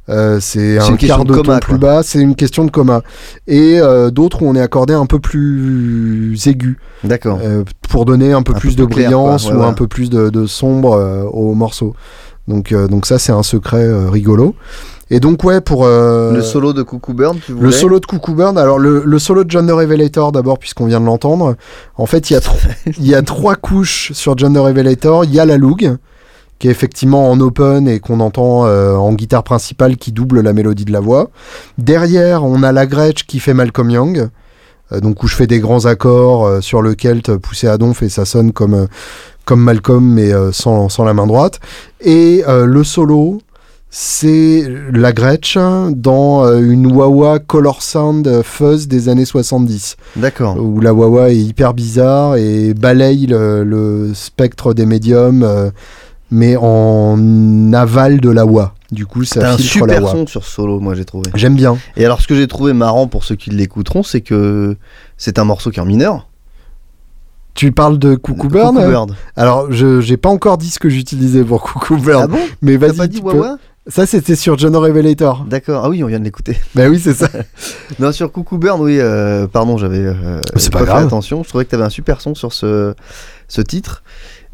Speaker 1: Euh, c'est
Speaker 2: C'est une
Speaker 1: un
Speaker 2: question
Speaker 1: quart
Speaker 2: de
Speaker 1: de ton
Speaker 2: coma,
Speaker 1: plus
Speaker 2: quoi.
Speaker 1: bas, c'est une question de coma. Et euh, d'autres où on est accordé un peu plus aigu,
Speaker 2: D'accord.
Speaker 1: euh, pour donner un peu
Speaker 2: Un
Speaker 1: plus
Speaker 2: peu
Speaker 1: de
Speaker 2: plus clair,
Speaker 1: brillance
Speaker 2: quoi, ouais,
Speaker 1: ou un
Speaker 2: ouais.
Speaker 1: peu plus de, de sombre euh, au morceau. Donc, euh, donc ça, c'est un secret euh, rigolo. Et donc, ouais, pour... euh,
Speaker 2: Le solo de Cuckoo Burn, tu voulais
Speaker 1: le solo de Cuckoo Burn, alors le, le solo de John the Revelator d'abord, puisqu'on vient de l'entendre. En fait, il y, a tro- il y a trois couches sur John the Revelator. Il y a la Loug, qui est effectivement en open et qu'on entend euh, en guitare principale qui double la mélodie de la voix. Derrière, on a la Gretsch qui fait Malcolm Young. euh, donc où je fais des grands accords euh, sur le kelt poussé à donf et ça sonne comme, euh, comme Malcolm mais euh, sans, sans la main droite. Et euh, le solo, c'est la Gretsch dans euh, une Wawa Color Sound euh, Fuzz des années 70,
Speaker 2: D'accord.
Speaker 1: où la Wawa est hyper bizarre et balaye le, le spectre des médiums, euh, mais en aval de la Wawa. Du coup,
Speaker 2: T'as
Speaker 1: ça
Speaker 2: un
Speaker 1: filtre la
Speaker 2: super
Speaker 1: Wawa.
Speaker 2: son sur ce solo, moi j'ai trouvé.
Speaker 1: J'aime bien.
Speaker 2: Et alors, ce que j'ai trouvé marrant pour ceux qui l'écouteront, c'est que c'est un morceau qui est en mineur.
Speaker 1: Tu parles de Cuckoo Burn
Speaker 2: Cuckoo Bird.
Speaker 1: Alors, je j'ai pas encore dit ce que j'utilisais pour Cuckoo Burn,
Speaker 2: Ah bon
Speaker 1: mais
Speaker 2: T'as
Speaker 1: vas-y.
Speaker 2: pas dit
Speaker 1: tu peux.
Speaker 2: Wawa
Speaker 1: Ça, c'était sur John Revelator.
Speaker 2: D'accord. Ah oui, on vient de l'écouter.
Speaker 1: Bah oui, c'est ça.
Speaker 2: Non, sur Cuckoo Burn, oui, euh, pardon, j'avais euh,
Speaker 1: C'est pas
Speaker 2: fait
Speaker 1: grave.
Speaker 2: attention. Je trouvais que t'avais un super son sur ce, ce titre.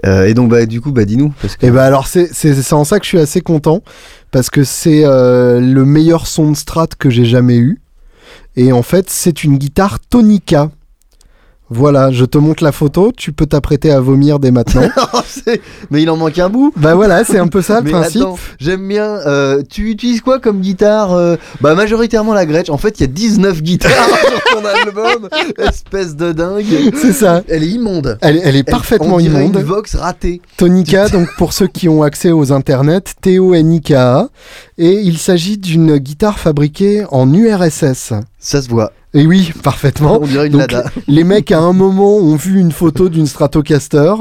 Speaker 2: Euh, et donc, bah, du coup, bah, dis-nous. Parce que...
Speaker 1: Et ben alors c'est c'est c'est en ça que je suis assez content parce que c'est euh, le meilleur son de strat que j'ai jamais eu et en fait c'est une guitare tonica. Voilà, je te montre la photo, tu peux t'apprêter à vomir dès maintenant.
Speaker 2: Oh, c'est- Mais il en manque un bout.
Speaker 1: bah voilà, c'est un peu ça le
Speaker 2: Mais
Speaker 1: principe.
Speaker 2: attends, j'aime bien. euh, tu utilises quoi comme guitare euh, Bah, majoritairement la Gretsch. En fait, il y a 19 guitares sur ton album. Espèce de dingue.
Speaker 1: C'est ça.
Speaker 2: Elle est immonde.
Speaker 1: Elle, elle est
Speaker 2: Elle-
Speaker 1: parfaitement
Speaker 2: on dirait
Speaker 1: immonde.
Speaker 2: Une Vox ratée.
Speaker 1: Tonica, donc pour ceux qui ont accès aux internets, T-O-N-I-K-A. Et il s'agit d'une guitare fabriquée en URSS.
Speaker 2: Ça se voit.
Speaker 1: Et oui, parfaitement.
Speaker 2: on dirait une
Speaker 1: Donc,
Speaker 2: Lada.
Speaker 1: les mecs, à un moment, ont vu une photo d'une Stratocaster.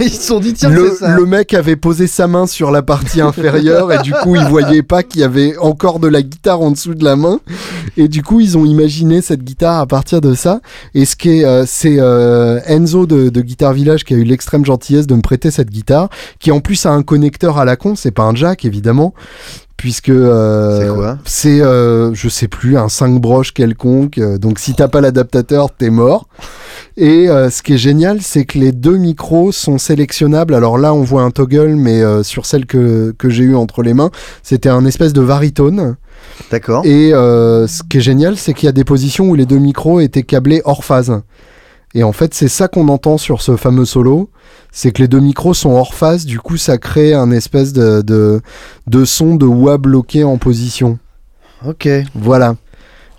Speaker 2: Ils se sont dit tiens
Speaker 1: Le,
Speaker 2: c'est ça.
Speaker 1: le mec avait posé sa main sur la partie inférieure et du coup, il voyait pas qu'il y avait encore de la guitare en dessous de la main. Et du coup, ils ont imaginé cette guitare à partir de ça. Et ce qui est, euh, c'est euh, Enzo de, de Guitar Village qui a eu l'extrême gentillesse de me prêter cette guitare, qui en plus a un connecteur à la con. C'est pas un jack, évidemment, puisque euh,
Speaker 2: C'est quoi
Speaker 1: c'est, euh, je sais plus, un 5 broches quelconque. euh, Donc si t'as pas l'adaptateur, t'es mort. Et euh, ce qui est génial, c'est que les deux micros sont sélectionnables. Alors là, on voit un toggle, mais euh, sur celle que, que j'ai eue entre les mains, c'était un espèce de varitone.
Speaker 2: D'accord.
Speaker 1: Et euh, ce qui est génial, c'est qu'il y a des positions où les deux micros étaient câblés hors phase. Et en fait, c'est ça qu'on entend sur ce fameux solo, c'est que les deux micros sont hors phase, du coup ça crée un espèce de, de, de son de wah bloqué en position.
Speaker 2: Ok.
Speaker 1: Voilà.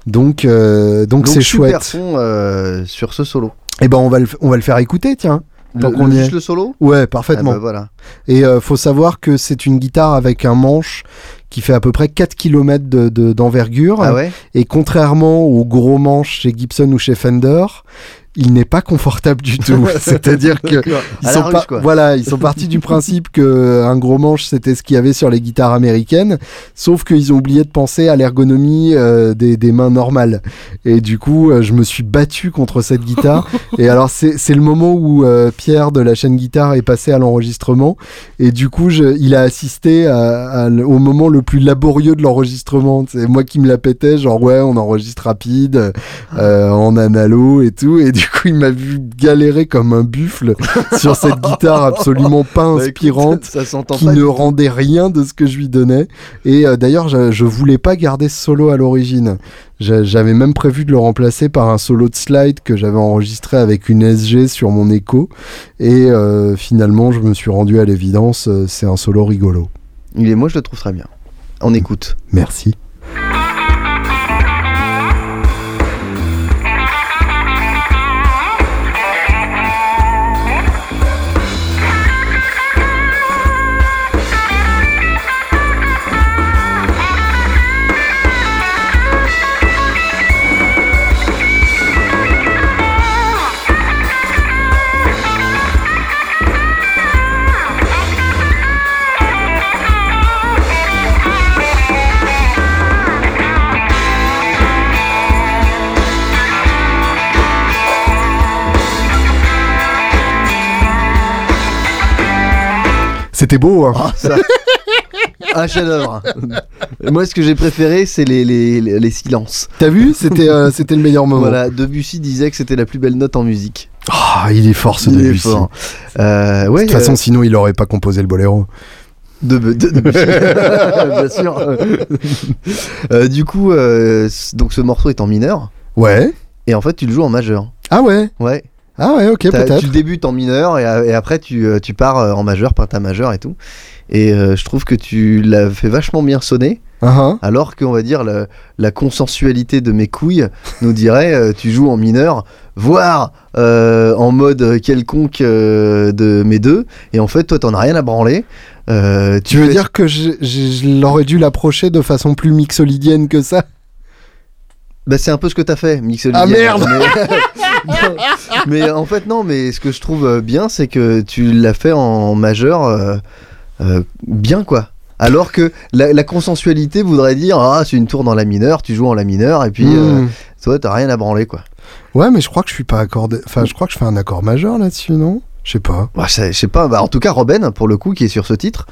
Speaker 1: Donc euh, donc
Speaker 2: Donc
Speaker 1: c'est
Speaker 2: super
Speaker 1: chouette.
Speaker 2: son euh, sur ce solo.
Speaker 1: Et ben on va le, f- on va le faire écouter, tiens.
Speaker 2: Le,
Speaker 1: Tant qu'on
Speaker 2: le-
Speaker 1: y
Speaker 2: juste
Speaker 1: est.
Speaker 2: le solo.
Speaker 1: Ouais,
Speaker 2: Ah
Speaker 1: parfaitement.
Speaker 2: bah voilà.
Speaker 1: Et euh, faut savoir que c'est une guitare avec un manche qui fait à peu près 4 km de, de- d'envergure.
Speaker 2: Ah ouais.
Speaker 1: Et contrairement aux gros manches chez Gibson ou chez Fender, il n'est pas confortable du tout. C'est-à-dire que ils
Speaker 2: À la
Speaker 1: sont
Speaker 2: ruche,
Speaker 1: pas-
Speaker 2: quoi.
Speaker 1: voilà, ils sont partis du principe que euh, un gros manche c'était ce qu'il y avait sur les guitares américaines, sauf qu'ils ont oublié de penser à l'ergonomie euh, des, des mains normales. Et du coup, euh, je me suis battu contre cette guitare. et alors c'est c'est le moment où euh, Pierre de la chaîne guitare est passé à l'enregistrement. Et du coup, je- il a assisté à- à l- au moment le plus laborieux de l'enregistrement. C'est moi qui me la pétais, genre ouais, on enregistre rapide,
Speaker 2: Ah.
Speaker 1: euh, en analo et tout. Et du coup, il m'a vu galérer comme un buffle sur cette guitare absolument pas
Speaker 2: Bah, écoute,
Speaker 1: inspirante.
Speaker 2: ça s'entend
Speaker 1: Qui
Speaker 2: pas.
Speaker 1: ne rendait rien de ce que je lui donnais. Et euh, d'ailleurs, je, je voulais pas garder ce solo à l'origine. J'a- J'avais même prévu de le remplacer par un solo de slide que j'avais enregistré avec une SG sur mon écho. Et euh, finalement, je me suis rendu à l'évidence, euh, c'est un solo rigolo.
Speaker 2: Il est moi je le trouve très bien. On écoute.
Speaker 1: Merci. C'était beau, hein
Speaker 2: Ah, ça. Un chef-d'œuvre. Moi, ce que j'ai préféré, c'est les, les, les- les silences.
Speaker 1: T'as vu C'était euh, c'était le meilleur moment.
Speaker 2: Voilà, Debussy disait que c'était la plus belle note en musique.
Speaker 1: Ah, il est fort ce
Speaker 2: Il est
Speaker 1: Debussy.
Speaker 2: fort. Euh, ouais,
Speaker 1: De toute façon,
Speaker 2: euh,
Speaker 1: sinon, il aurait pas composé le boléro.
Speaker 2: de, de- de- bien sûr. Euh, du coup, euh, c- donc ce morceau est en mineur
Speaker 1: Ouais.
Speaker 2: et en fait, tu le joues en majeur.
Speaker 1: Ah ouais.
Speaker 2: Ouais.
Speaker 1: Ah ouais, ok,
Speaker 2: T'as-
Speaker 1: peut-être.
Speaker 2: Tu débutes en mineur et, a- et après tu, euh, tu pars euh, en majeur, ta majeur et tout. Et euh, je trouve que tu l'as fait vachement bien sonner,
Speaker 1: Ah,
Speaker 2: alors qu'on va dire la, la consensualité de mes couilles nous dirait euh, tu joues en mineur, voire euh, en mode quelconque euh, de mes deux. Et en fait, toi, t'en as rien à branler. Euh,
Speaker 1: Tu veux
Speaker 2: fais-
Speaker 1: dire que je, je- je l'aurais dû l'approcher de façon plus mixolydienne que ça
Speaker 2: Bah, c'est un peu ce que t'as fait, Mix
Speaker 1: Ah, merde
Speaker 2: mais... Non, mais en fait, non, mais ce que je trouve euh, bien, c'est que tu l'as fait en majeur euh, euh, bien, quoi. Alors que la, la consensualité voudrait dire Ah, c'est une tour dans la mineure, tu joues en la mineure, et puis euh,
Speaker 1: Hmm.
Speaker 2: toi, t'as rien à branler, quoi.
Speaker 1: Ouais, mais je crois que je suis pas accordé. Enfin, je crois que je fais un accord majeur là-dessus, non Je sais pas.
Speaker 2: Bah, ça- je sais pas, bah, en tout cas, Robin, pour le coup, qui est sur ce titre,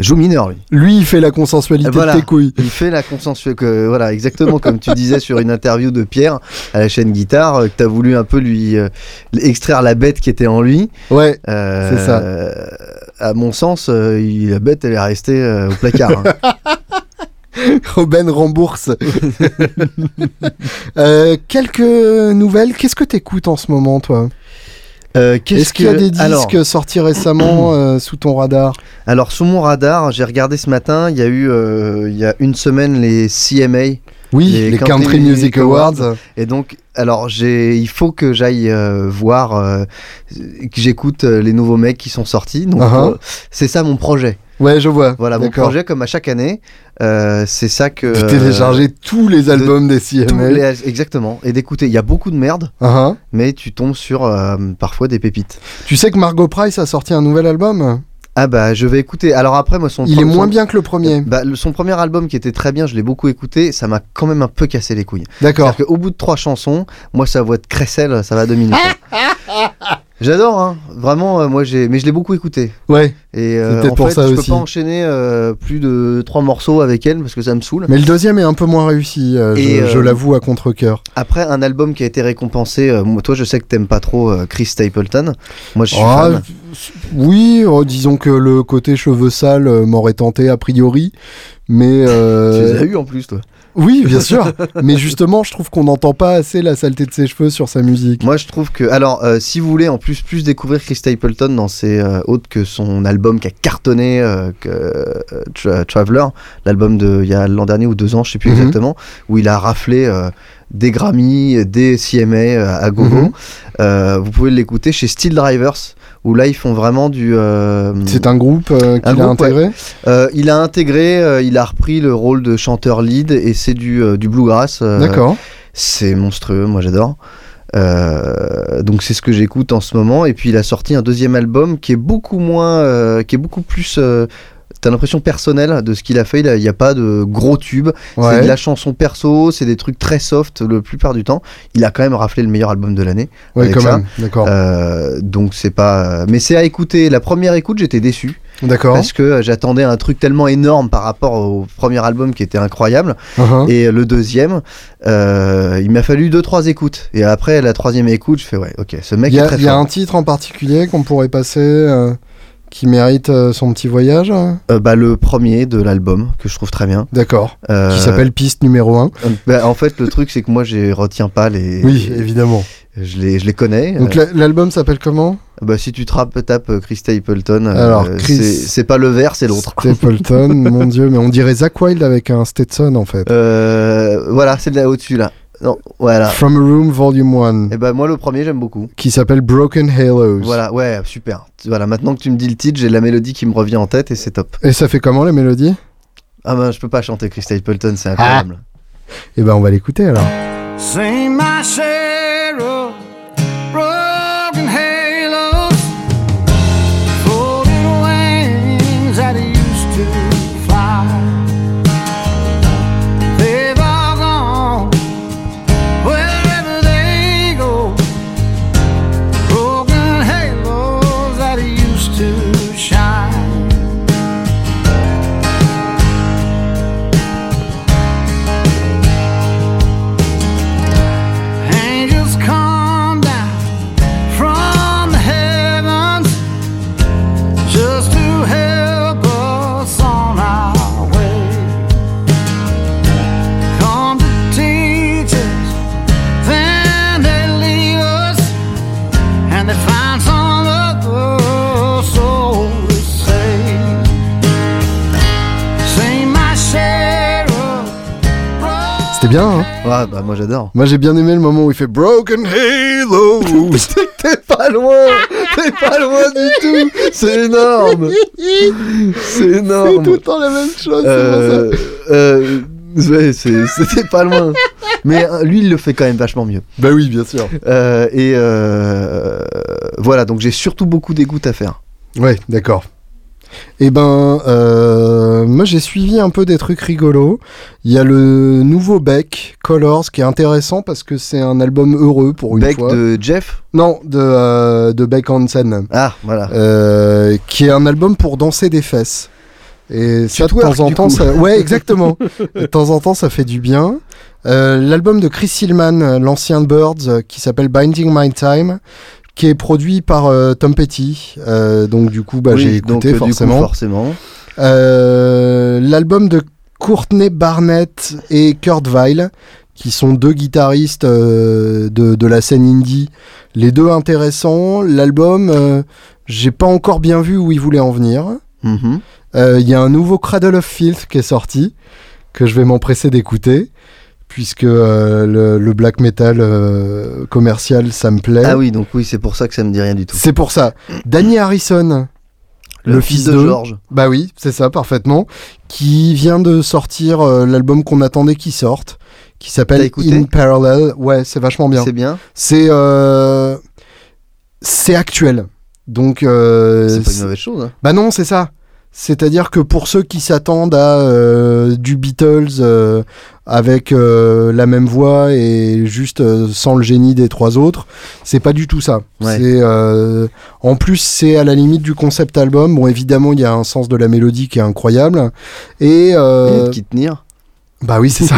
Speaker 2: joue mineur, lui.
Speaker 1: Lui, il fait la consensualité
Speaker 2: Voilà.
Speaker 1: de tes couilles.
Speaker 2: Il fait la consensualité, voilà, exactement comme tu disais sur une interview de Pierre à la chaîne Guitare, euh, que t'as voulu un peu lui euh, extraire la bête qui était en lui.
Speaker 1: Ouais.
Speaker 2: Euh,
Speaker 1: C'est ça.
Speaker 2: euh, à mon sens, euh, il- la bête, elle est restée euh, au placard. hein.
Speaker 1: Robin rembourse. Euh, quelques nouvelles. Qu'est-ce que t'écoutes en ce moment, toi
Speaker 2: Euh, qu'est-ce
Speaker 1: Est-ce qu'il y a
Speaker 2: que-
Speaker 1: des disques
Speaker 2: alors,
Speaker 1: sortis récemment euh, sous ton radar
Speaker 2: alors, sous mon radar, j'ai regardé ce matin, il y a eu euh, il y a une semaine les CMA.
Speaker 1: Oui, les,
Speaker 2: Les
Speaker 1: Country,
Speaker 2: Country
Speaker 1: Music
Speaker 2: Music
Speaker 1: Awards.
Speaker 2: Et donc, alors, j'ai, il faut que j'aille euh, voir, euh, que j'écoute euh, les nouveaux mecs qui sont sortis. Donc,
Speaker 1: Uh-huh.
Speaker 2: euh, c'est ça mon projet.
Speaker 1: Ouais, je vois.
Speaker 2: Voilà, mon
Speaker 1: D'accord.
Speaker 2: projet, comme à chaque année, euh, c'est ça que.
Speaker 1: De
Speaker 2: euh,
Speaker 1: télécharger tous les albums des
Speaker 2: tous
Speaker 1: CMA.
Speaker 2: les- exactement. Et d'écouter. Il y a beaucoup de merde,
Speaker 1: Uh-huh.
Speaker 2: mais tu tombes sur euh, parfois des pépites.
Speaker 1: Tu sais que Margot Price a sorti un nouvel album
Speaker 2: Ah bah je vais écouter. Alors après moi son
Speaker 1: Il
Speaker 2: pre-
Speaker 1: est moins
Speaker 2: son-
Speaker 1: bien que le premier.
Speaker 2: Bah, le- son premier album qui était très bien, je l'ai beaucoup écouté, ça m'a quand même un peu cassé les couilles.
Speaker 1: D'accord.
Speaker 2: C'est-à-dire qu'au bout de trois chansons, moi sa voix de Cressel, ça va à deux minutes. hein. J'adore, hein. vraiment, euh, moi j'ai, mais je l'ai beaucoup écouté.
Speaker 1: Ouais.
Speaker 2: Et
Speaker 1: C'est
Speaker 2: euh,
Speaker 1: peut-être
Speaker 2: en
Speaker 1: pour
Speaker 2: fait,
Speaker 1: ça
Speaker 2: je
Speaker 1: aussi.
Speaker 2: peux pas enchaîner euh, plus de trois morceaux avec elle parce que ça me saoule.
Speaker 1: Mais le deuxième est un peu moins réussi, euh, je,
Speaker 2: Et, euh,
Speaker 1: je l'avoue à contre-coeur.
Speaker 2: Après un album qui a été récompensé, euh, moi- toi je sais que t'aimes pas trop euh, Chris Stapleton. Moi je suis
Speaker 1: Ah,
Speaker 2: fan.
Speaker 1: oui, oh, disons que le côté cheveux sales euh, m'aurait tenté a priori, mais
Speaker 2: Tu
Speaker 1: euh,
Speaker 2: les as eu en plus toi.
Speaker 1: oui, bien sûr. mais justement, je trouve qu'on n'entend pas assez la saleté de ses cheveux sur sa musique.
Speaker 2: Moi, je trouve que. Alors, euh, si vous voulez en plus, plus découvrir Chris Stapleton dans ses euh, autres que son album qui a cartonné, euh, que, euh, Tra- Traveler, l'album de il y a l'an dernier ou deux ans, je sais plus
Speaker 1: Mhm.
Speaker 2: exactement, où il a raflé euh, des Grammy, des CMA euh, à gogo,
Speaker 1: Mhm.
Speaker 2: euh, vous pouvez l'écouter chez Steel Drivers, où là, ils font vraiment du. euh,
Speaker 1: C'est un groupe euh, qu'il a
Speaker 2: groupe,
Speaker 1: intégré
Speaker 2: euh, il a intégré, euh, il a repris le rôle de chanteur lead et c'est du, euh, du bluegrass. euh,
Speaker 1: D'accord.
Speaker 2: c'est monstrueux, moi j'adore. Euh, donc c'est ce que j'écoute en ce moment. Et puis il a sorti un deuxième album qui est beaucoup moins, euh, qui est beaucoup plus. euh, T'as l'impression personnelle de ce qu'il a fait. Il n'y a pas de gros tube. C'est
Speaker 1: Ouais.
Speaker 2: de la chanson perso. C'est des trucs très soft la plupart du temps. Il a quand même raflé le meilleur album de l'année.
Speaker 1: Ouais,
Speaker 2: avec
Speaker 1: quand
Speaker 2: ça.
Speaker 1: même. D'accord.
Speaker 2: Euh, donc c'est pas. Mais c'est à écouter. La première écoute, j'étais déçu.
Speaker 1: D'accord.
Speaker 2: Parce que euh, j'attendais un truc tellement énorme par rapport au premier album qui était incroyable.
Speaker 1: Uh-huh.
Speaker 2: Et le deuxième, euh, il m'a fallu deux trois écoutes. Et après la troisième écoute, je fais ouais, ok, ce mec
Speaker 1: Il y
Speaker 2: est
Speaker 1: a,
Speaker 2: très
Speaker 1: il y a
Speaker 2: fort.
Speaker 1: un titre en particulier qu'on pourrait passer euh, qui mérite euh, son petit voyage. hein.
Speaker 2: Euh, bah, le premier de l'album que je trouve très bien.
Speaker 1: D'accord.
Speaker 2: Euh,
Speaker 1: Qui s'appelle Piste numéro 1.
Speaker 2: bah, en fait, le truc c'est que moi, je retiens pas les.
Speaker 1: Oui, évidemment.
Speaker 2: Je les, je les connais.
Speaker 1: Donc la- l'album s'appelle comment
Speaker 2: Euh, bah, si tu trappes, tapes euh, Chris Stapleton. euh,
Speaker 1: Alors, Chris-
Speaker 2: c'est- c'est pas le vert, c'est l'autre.
Speaker 1: Stapleton, mon dieu, mais on dirait Zach Wilde avec un Stetson en fait.
Speaker 2: Euh, voilà, c'est de là au-dessus là. Non, voilà.
Speaker 1: From a Room Volume 1,
Speaker 2: Et bah moi, le premier, j'aime beaucoup.
Speaker 1: qui s'appelle Broken Halos.
Speaker 2: Voilà, ouais, super. Voilà, maintenant que tu me dis le titre, j'ai la mélodie qui me revient en tête et c'est top.
Speaker 1: Et ça fait comment la mélodie
Speaker 2: Ah ben, je peux pas chanter Chris Stapleton,
Speaker 1: Ah.
Speaker 2: c'est incroyable.
Speaker 1: Eh ben on va l'écouter alors.
Speaker 3: Seen my share of broken halos, folded wings that used to fly. They've all gone wherever they go. Broken halos that used to shine. Angels come down from the heavens just to help us on our way. Come to teach us, then they leave us, and they find some other soul to save. Sing my share of
Speaker 1: C'était bien, hein
Speaker 2: Ouais, bah moi j'adore.
Speaker 1: Moi j'ai bien aimé le moment où il fait Broken Halos.
Speaker 2: T'es pas loin T'es pas loin du tout C'est énorme C'est
Speaker 1: C'est tout
Speaker 2: énorme
Speaker 1: le temps la même chose.
Speaker 2: Euh, euh, ouais, c'est- C'était pas loin Mais euh, lui, il le fait quand même vachement mieux.
Speaker 1: c'est Bah oui, bien sûr.
Speaker 2: Euh, et euh, voilà, donc j'ai surtout beaucoup d'écoutes à faire.
Speaker 1: Ouais, d'accord. Eh ben, euh, moi j'ai suivi un peu des trucs rigolos. Il y a le nouveau Beck Colors qui est intéressant parce que c'est un album heureux pour une
Speaker 2: Bec
Speaker 1: fois.
Speaker 2: de Jeff
Speaker 1: Non, de, euh, de Beck Hansen.
Speaker 2: Ah, voilà.
Speaker 1: Euh, qui est un album pour danser des fesses. Et ça, de
Speaker 2: twerk,
Speaker 1: temps en
Speaker 2: du
Speaker 1: temps,
Speaker 2: coup.
Speaker 1: ça... ouais, exactement. de temps en temps, ça fait du bien. Euh, L'album de Chris Hillman, euh, l'ancien de Birds, euh, qui s'appelle Binding My Time, qui est produit par euh, Tom Petty. Euh, donc du coup, bah,
Speaker 2: Oui,
Speaker 1: j'ai
Speaker 2: donc,
Speaker 1: écouté
Speaker 2: euh, du coup,
Speaker 1: forcément.
Speaker 2: forcément.
Speaker 1: Euh, L'album de Courtney Barnett et Kurt Weill, qui sont deux guitaristes euh, de, de la scène indie. Les deux intéressants. L'album, euh, j'ai pas encore bien vu où il voulait en venir.
Speaker 2: Mhm.
Speaker 1: Euh, Il y a un nouveau Cradle of Filth qui est sorti, que je vais m'empresser d'écouter, puisque euh, le, le black metal euh, commercial, ça me plaît.
Speaker 2: Ah oui, donc oui, c'est pour ça que ça me dit rien du tout.
Speaker 1: C'est pour ça. Danny Harrison, le, fils de,
Speaker 2: Georges.
Speaker 1: Bah oui, c'est ça, parfaitement. Qui vient de sortir euh, l'album qu'on attendait qu'il sorte, qui
Speaker 2: T'as
Speaker 1: s'appelle
Speaker 2: écouté
Speaker 1: In Parallel. Ouais, c'est vachement bien.
Speaker 2: C'est bien.
Speaker 1: C'est euh, c'est actuel. Donc euh,
Speaker 2: C'est pas une
Speaker 1: c'est-
Speaker 2: mauvaise chose. hein.
Speaker 1: bah non, c'est ça. C'est-à-dire que pour ceux qui s'attendent à euh, du Beatles euh, avec euh, la même voix et juste euh, sans le génie des trois autres, c'est pas du tout ça.
Speaker 2: Ouais.
Speaker 1: C'est euh, en plus c'est à la limite du concept album. Bon, évidemment, il y a un sens de la mélodie qui est incroyable et
Speaker 2: Il y a
Speaker 1: euh,
Speaker 2: de qui tenir.
Speaker 1: bah oui, c'est ça.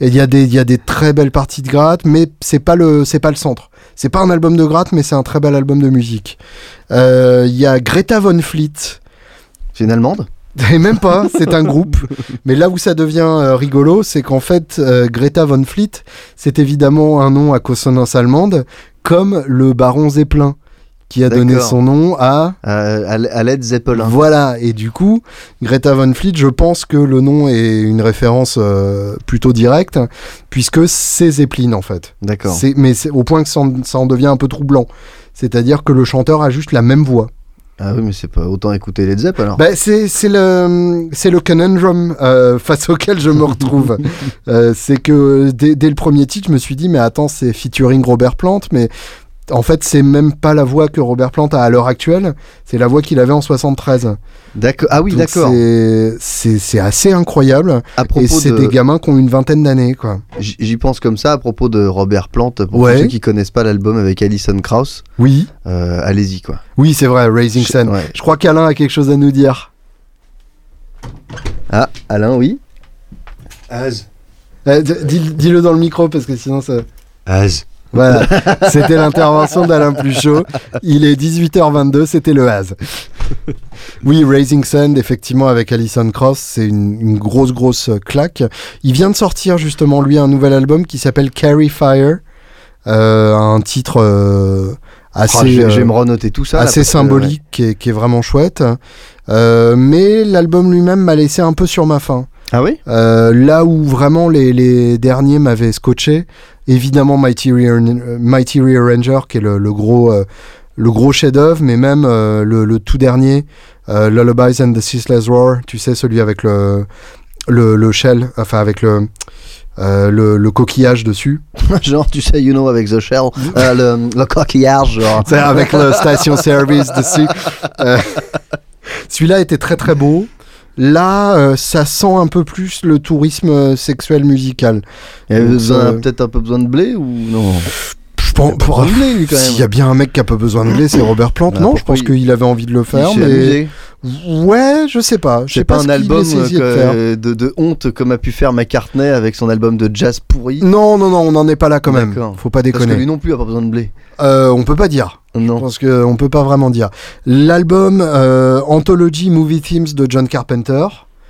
Speaker 1: Et il y a des il y a des très belles parties de gratte, mais c'est pas le c'est pas le centre. C'est pas un album de gratte, mais c'est un très bel album de musique. Euh, Il y a Greta von Fleet.
Speaker 2: C'est une Allemande.
Speaker 1: Et même pas, c'est un groupe. Mais là où ça devient euh, rigolo, c'est qu'en fait, euh, Greta von Fleet, c'est évidemment un nom à consonance allemande, comme le baron Zeppelin, qui a donné
Speaker 2: D'accord.
Speaker 1: son nom à...
Speaker 2: À, à, à Led Zeppelin.
Speaker 1: Voilà, et du coup, Greta von Fleet, je pense que le nom est une référence euh, plutôt directe, puisque c'est Zeppelin en fait.
Speaker 2: D'accord.
Speaker 1: C'est- Mais c'est au point que ça en, ça en devient un peu troublant. C'est-à-dire que le chanteur a juste la même voix.
Speaker 2: Ah oui, mais c'est pas autant écouter les Zepp alors.
Speaker 1: Bah, c'est c'est le c'est le conundrum euh, face auquel je me retrouve. Euh, c'est que dès, dès le premier titre, je me suis dit mais attends, c'est featuring Robert Plant, mais en fait, c'est même pas la voix que Robert Plant a à l'heure actuelle. C'est la voix qu'il avait en 73.
Speaker 2: D'accord. Ah oui,
Speaker 1: Donc,
Speaker 2: d'accord.
Speaker 1: c'est- C'est c'est assez incroyable.
Speaker 2: À
Speaker 1: Et
Speaker 2: propos
Speaker 1: c'est
Speaker 2: de,
Speaker 1: des gamins qui ont une vingtaine d'années, quoi.
Speaker 2: j- j'y pense comme ça à propos de Robert Plant. Pour
Speaker 1: Ouais.
Speaker 2: ceux qui connaissent pas l'album avec Alison Krauss,
Speaker 1: Oui.
Speaker 2: euh, allez-y quoi.
Speaker 1: Oui, c'est vrai, Raising Sun.
Speaker 2: Ouais.
Speaker 1: Je crois qu'Alain a quelque chose à nous dire.
Speaker 2: Ah, Alain, oui.
Speaker 4: Az.
Speaker 1: Euh, d- dis- Dis-le dans le micro parce que sinon ça.
Speaker 4: Az.
Speaker 1: Voilà, c'était l'intervention d'Alain Pluchot. Il est 18h22, c'était le Haz. Oui, Raising Sand, effectivement, avec Alison Cross, c'est une, une grosse, grosse claque. Il vient de sortir, justement, lui, un nouvel album qui s'appelle Carry Fire, euh, un titre euh, assez,
Speaker 2: Ah, je, vais- je vais
Speaker 1: euh,
Speaker 2: me renoter tout ça. là,
Speaker 1: assez
Speaker 2: parce que, ouais.
Speaker 1: symbolique et qui est vraiment chouette. Euh, mais l'album lui-même m'a laissé un peu sur ma faim.
Speaker 2: Ah oui
Speaker 1: Euh, là où vraiment les, les derniers m'avaient scotché, évidemment Mighty, Rear- euh, Mighty Rearranger, qui est le, le gros, euh, le gros chef-d'œuvre, mais même euh, le, le tout dernier, euh, Lullabies and the Ceaseless Roar, tu sais, celui avec le, le, le shell, enfin avec le, euh, le, le coquillage dessus,
Speaker 2: Genre, tu sais, you know, avec The Shell,
Speaker 1: Mm.
Speaker 2: euh, le, le coquillage, genre.
Speaker 1: C'est avec le station service dessus. Euh, Celui-là était très très beau. Là, euh, ça sent un peu plus le tourisme euh, sexuel musical.
Speaker 2: Il y avait
Speaker 1: Donc,
Speaker 2: besoin-
Speaker 1: euh,
Speaker 2: peut-être un peu besoin de blé ou non
Speaker 1: Je pense, pour-
Speaker 2: Besoin de blé, lui, quand même.
Speaker 1: S'il y a bien un mec qui a pas besoin de blé, c'est Robert Plant.
Speaker 2: Bah,
Speaker 1: non, je
Speaker 2: pourquoi
Speaker 1: pense
Speaker 2: il-
Speaker 1: qu'il avait envie de le
Speaker 2: Il
Speaker 1: faire.
Speaker 2: s'est
Speaker 1: Mais...
Speaker 2: amusé.
Speaker 1: Ouais, je sais pas. Je sais
Speaker 2: C'est
Speaker 1: pas,
Speaker 2: pas, un
Speaker 1: ce qu'il
Speaker 2: album euh,
Speaker 1: essayait de
Speaker 2: que-
Speaker 1: faire.
Speaker 2: de, de honte comme a pu faire McCartney avec son album de jazz pourri.
Speaker 1: Non, non, non, on n'en est pas là quand même.
Speaker 2: D'accord.
Speaker 1: Faut pas
Speaker 2: Parce que
Speaker 1: déconner.
Speaker 2: lui non plus a pas besoin de blé.
Speaker 1: Euh, on peut pas dire. Je
Speaker 2: Non.
Speaker 1: pense qu'on peut pas vraiment dire. L'album euh, Anthology Movie Themes de John Carpenter,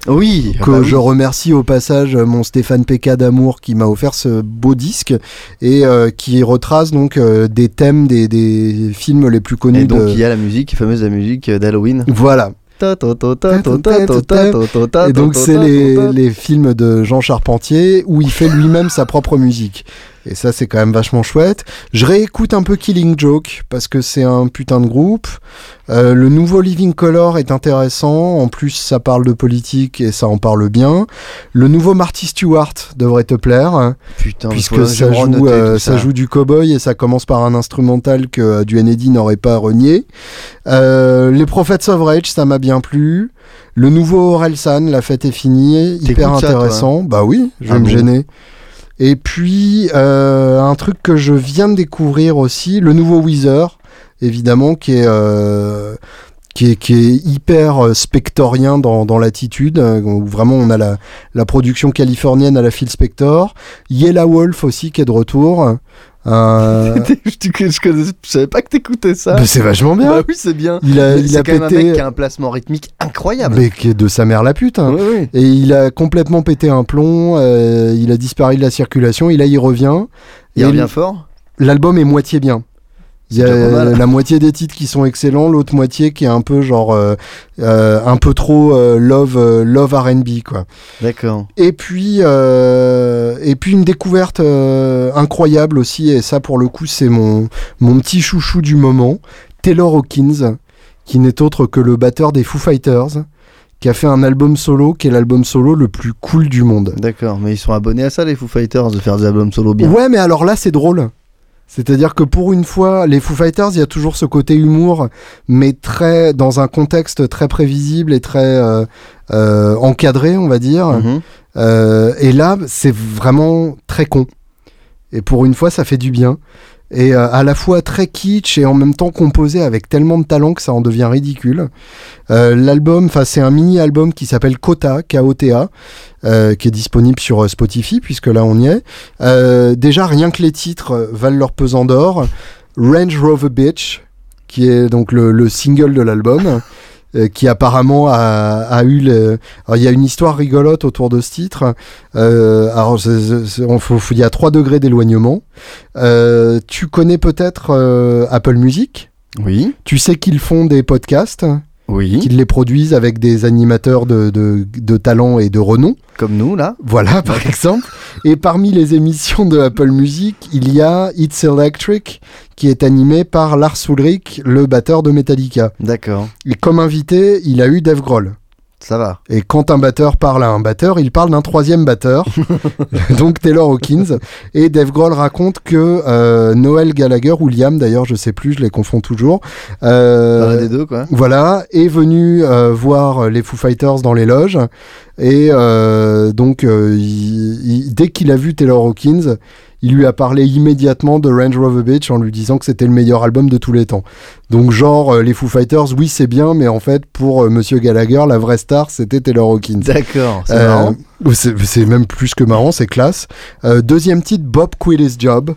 Speaker 2: Oui.
Speaker 1: que
Speaker 2: bah oui.
Speaker 1: je remercie au passage euh, mon Stéphane P.K. d'amour qui m'a offert ce beau disque et euh, qui retrace donc euh, des thèmes des, des films les plus connus
Speaker 2: Et donc
Speaker 1: de-
Speaker 2: il y a la musique, fameuse la musique
Speaker 1: euh,
Speaker 2: d'Halloween.
Speaker 1: Voilà.
Speaker 2: Ta, ta, ta, ta, ta, ta, ta, ta, ta,
Speaker 1: Et donc
Speaker 2: ta,
Speaker 1: c'est
Speaker 2: ta, ta,
Speaker 1: les,
Speaker 2: ta.
Speaker 1: les films de Jean Charpentier où il fait lui-même sa propre musique. Et ça c'est quand même vachement chouette. Je réécoute un peu Killing Joke parce que c'est un putain de groupe. Euh, le nouveau Living Color est intéressant. En plus ça parle de politique et ça en parle bien. Le nouveau Marty Stewart devrait te plaire
Speaker 2: Putain,
Speaker 1: puisque
Speaker 2: faut- je
Speaker 1: ça
Speaker 2: vais
Speaker 1: joue,
Speaker 2: renoter
Speaker 1: euh,
Speaker 2: tout
Speaker 1: ça joue du cowboy et ça commence par un instrumental que euh, du Kennedy n'aurait pas renié. Euh, les Prophets of Rage, ça m'a bien plu. Le nouveau Orelsan, la fête est finie, hyper
Speaker 2: T'écoutes ça, toi, hein
Speaker 1: intéressant. Bah oui, je vais
Speaker 2: Ah
Speaker 1: me
Speaker 2: bon
Speaker 1: gêner. Et puis euh, un truc que je viens de découvrir aussi, le nouveau Weezer, évidemment, qui est euh, qui est, qui est hyper euh, spectorien dans, dans l'attitude, euh, où vraiment on a la, la production californienne à la Phil Spector. Yella Wolf aussi qui est de retour. Euh,
Speaker 2: je, je connais- je savais pas que t'écoutais ça.
Speaker 1: bah, c'est vachement bien.
Speaker 2: Bah oui, c'est bien.
Speaker 1: il a,
Speaker 2: Mais
Speaker 1: il
Speaker 2: c'est
Speaker 1: a
Speaker 2: quand même un mec
Speaker 1: pété. euh,
Speaker 2: qui a un placement rythmique incroyable.
Speaker 1: Mais qui est de sa mère la pute. hein.
Speaker 2: Oui, oui.
Speaker 1: Et il a complètement pété un plomb. euh, il a disparu de la circulation. Et là, il revient.
Speaker 2: Il
Speaker 1: Et
Speaker 2: revient fort.
Speaker 1: L'album est moitié bien. Il y a
Speaker 2: C'est déjà pas mal.
Speaker 1: la moitié des titres qui sont excellents, l'autre moitié qui est un peu genre euh, euh, un peu trop euh, love euh, love R&B quoi.
Speaker 2: D'accord.
Speaker 1: Et puis, euh, et puis une découverte euh, incroyable aussi, et ça pour le coup c'est mon, mon petit chouchou du moment, Taylor Hawkins, qui n'est autre que le batteur des Foo Fighters, qui a fait un album solo qui est l'album solo le plus cool du monde.
Speaker 2: D'accord. Mais ils sont abonnés à ça, les Foo Fighters, de faire des albums solo bien.
Speaker 1: Ouais mais alors là c'est drôle. C'est-à-dire que pour une fois, les Foo Fighters, il y a toujours ce côté humour, mais très dans un contexte très prévisible et très euh, euh, encadré, on va dire.
Speaker 2: Mhm.
Speaker 1: Euh, et là, c'est vraiment très con. Et pour une fois, ça fait du bien. Et euh, à la fois très kitsch et en même temps composé avec tellement de talent que ça en devient ridicule. Euh, L'album, enfin c'est un mini-album qui s'appelle Kota, K-O-T-A, euh, qui est disponible sur euh, Spotify puisque là on y est. Euh, déjà rien que les titres euh, valent leur pesant d'or. Range Rover Bitch, qui est donc le, le single de l'album, euh, qui apparemment a, a eu le, alors, il y a une histoire rigolote autour de ce titre. Euh, alors, c'est- c'est- c'est- on- faut- faut- il y a 3 degrés d'éloignement. Euh, tu connais peut-être euh, Apple Music.
Speaker 2: Oui.
Speaker 1: Tu sais qu'ils font des podcasts.
Speaker 2: Oui.
Speaker 1: qu'ils les produisent avec des animateurs de, de, de talent et de renom.
Speaker 2: Comme nous, là.
Speaker 1: Voilà, par exemple. Et parmi les émissions de Apple Music, il y a It's Electric, qui est animé par Lars Ulrich, le batteur de Metallica.
Speaker 2: D'accord.
Speaker 1: Et comme invité, il a eu Dave Grohl.
Speaker 2: Ça va.
Speaker 1: Et quand un batteur parle à un batteur, il parle d'un troisième batteur, donc Taylor Hawkins. Et Dave Grohl raconte que euh, Noël Gallagher ou Liam, d'ailleurs, je sais plus, je les confonds toujours. euh,
Speaker 2: Un des deux, quoi.
Speaker 1: voilà, est venu euh, voir les Foo Fighters dans les loges. Et euh, donc, euh, il- il- dès qu'il a vu Taylor Hawkins, il lui a parlé immédiatement de Range Rover Beach en lui disant que c'était le meilleur album de tous les temps. Donc, genre, euh, les Foo Fighters, oui, c'est bien, mais en fait, pour euh, Monsieur Gallagher, la vraie star, c'était Taylor Hawkins.
Speaker 2: D'accord. C'est
Speaker 1: Euh,
Speaker 2: marrant.
Speaker 1: c'est- c'est même plus que marrant, c'est classe. Euh, deuxième titre, Bob Quit His Job,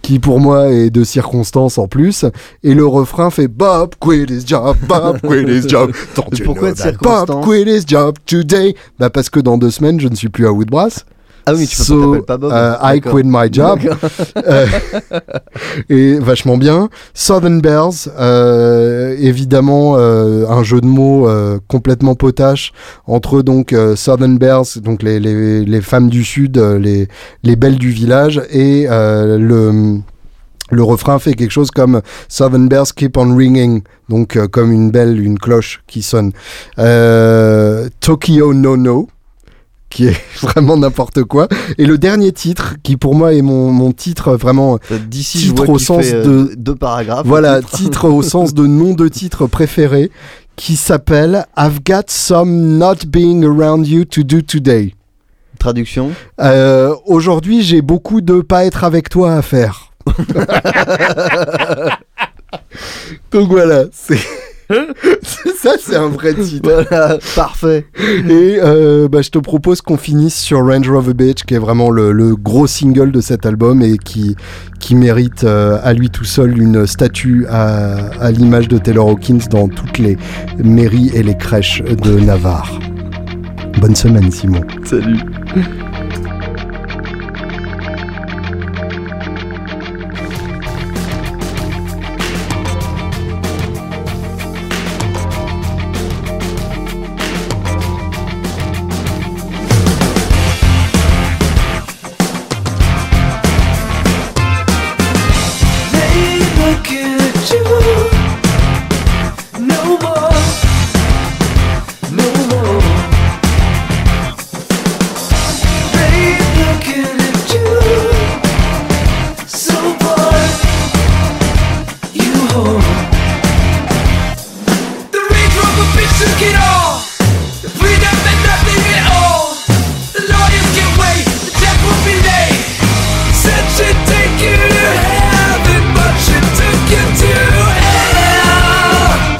Speaker 1: qui pour moi est de circonstance en plus. Et le refrain fait Bob Quit His Job, Bob Quit His Job. Don't you
Speaker 2: Pourquoi
Speaker 1: know
Speaker 2: de
Speaker 1: that
Speaker 2: circonstance
Speaker 1: Bob Quit His Job today. Bah parce que dans deux semaines, je ne suis plus à Woodbrass.
Speaker 2: Ah oui, tu peux
Speaker 1: So,
Speaker 2: t'appelles pas Bob.
Speaker 1: euh, I
Speaker 2: D'accord.
Speaker 1: quit my job.
Speaker 2: D'accord.
Speaker 1: Euh, et vachement bien. Southern Bells, euh, évidemment euh, un jeu de mots euh, complètement potache entre donc euh, Southern Bells, donc les, les, les femmes du sud, euh, les, les belles du village, et euh, le le refrain fait quelque chose comme Southern Bells keep on ringing, donc euh, comme une belle, une cloche qui sonne. Euh, Tokyo No No, qui est vraiment n'importe quoi. Et le dernier titre, qui pour moi est mon, mon titre vraiment
Speaker 2: D'ici, je
Speaker 1: Titre
Speaker 2: vois
Speaker 1: au
Speaker 2: qu'il
Speaker 1: sens
Speaker 2: fait, euh,
Speaker 1: de-
Speaker 2: deux paragraphes.
Speaker 1: voilà,
Speaker 2: le titre.
Speaker 1: titre. au sens de nom de titre préféré qui s'appelle I've got some not being around you to do today.
Speaker 2: Traduction.
Speaker 1: Euh, Aujourd'hui, j'ai beaucoup de pas être avec toi à faire. Donc voilà, c'est. Ça, c'est un vrai titre.
Speaker 2: Voilà, parfait.
Speaker 1: Et euh, bah, je te propose qu'on finisse sur Range Rover Beach, qui est vraiment le, le gros single de cet album et qui, qui mérite euh, à lui tout seul une statue à, à l'image de Taylor Hawkins dans toutes les mairies et les crèches de Navarre. Bonne semaine, Simon.
Speaker 2: Salut.
Speaker 5: Get all. Freedom meant nothing at all. The lawyers can wait, the death will be late. Said she'd take you to heaven, but she took you to hell.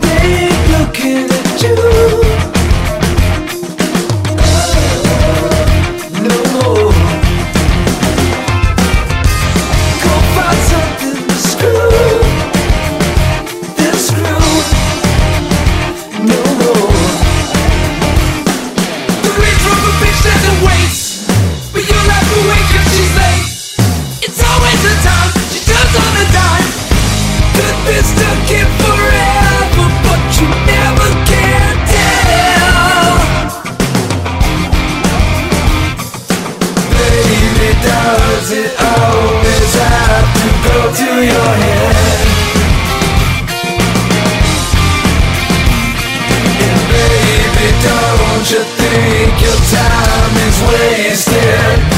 Speaker 5: They looking at you. Oh, No more. Go find something to screw. Then screw. No more. The rich rubber bitch doesn't wait, but you'll have to wait 'cause she's late. It's always the time she does on a dime. Could be stuck here forever, but you never can tell. Baby, does it always have to go to your head? Baby, don't you think your time is wasted?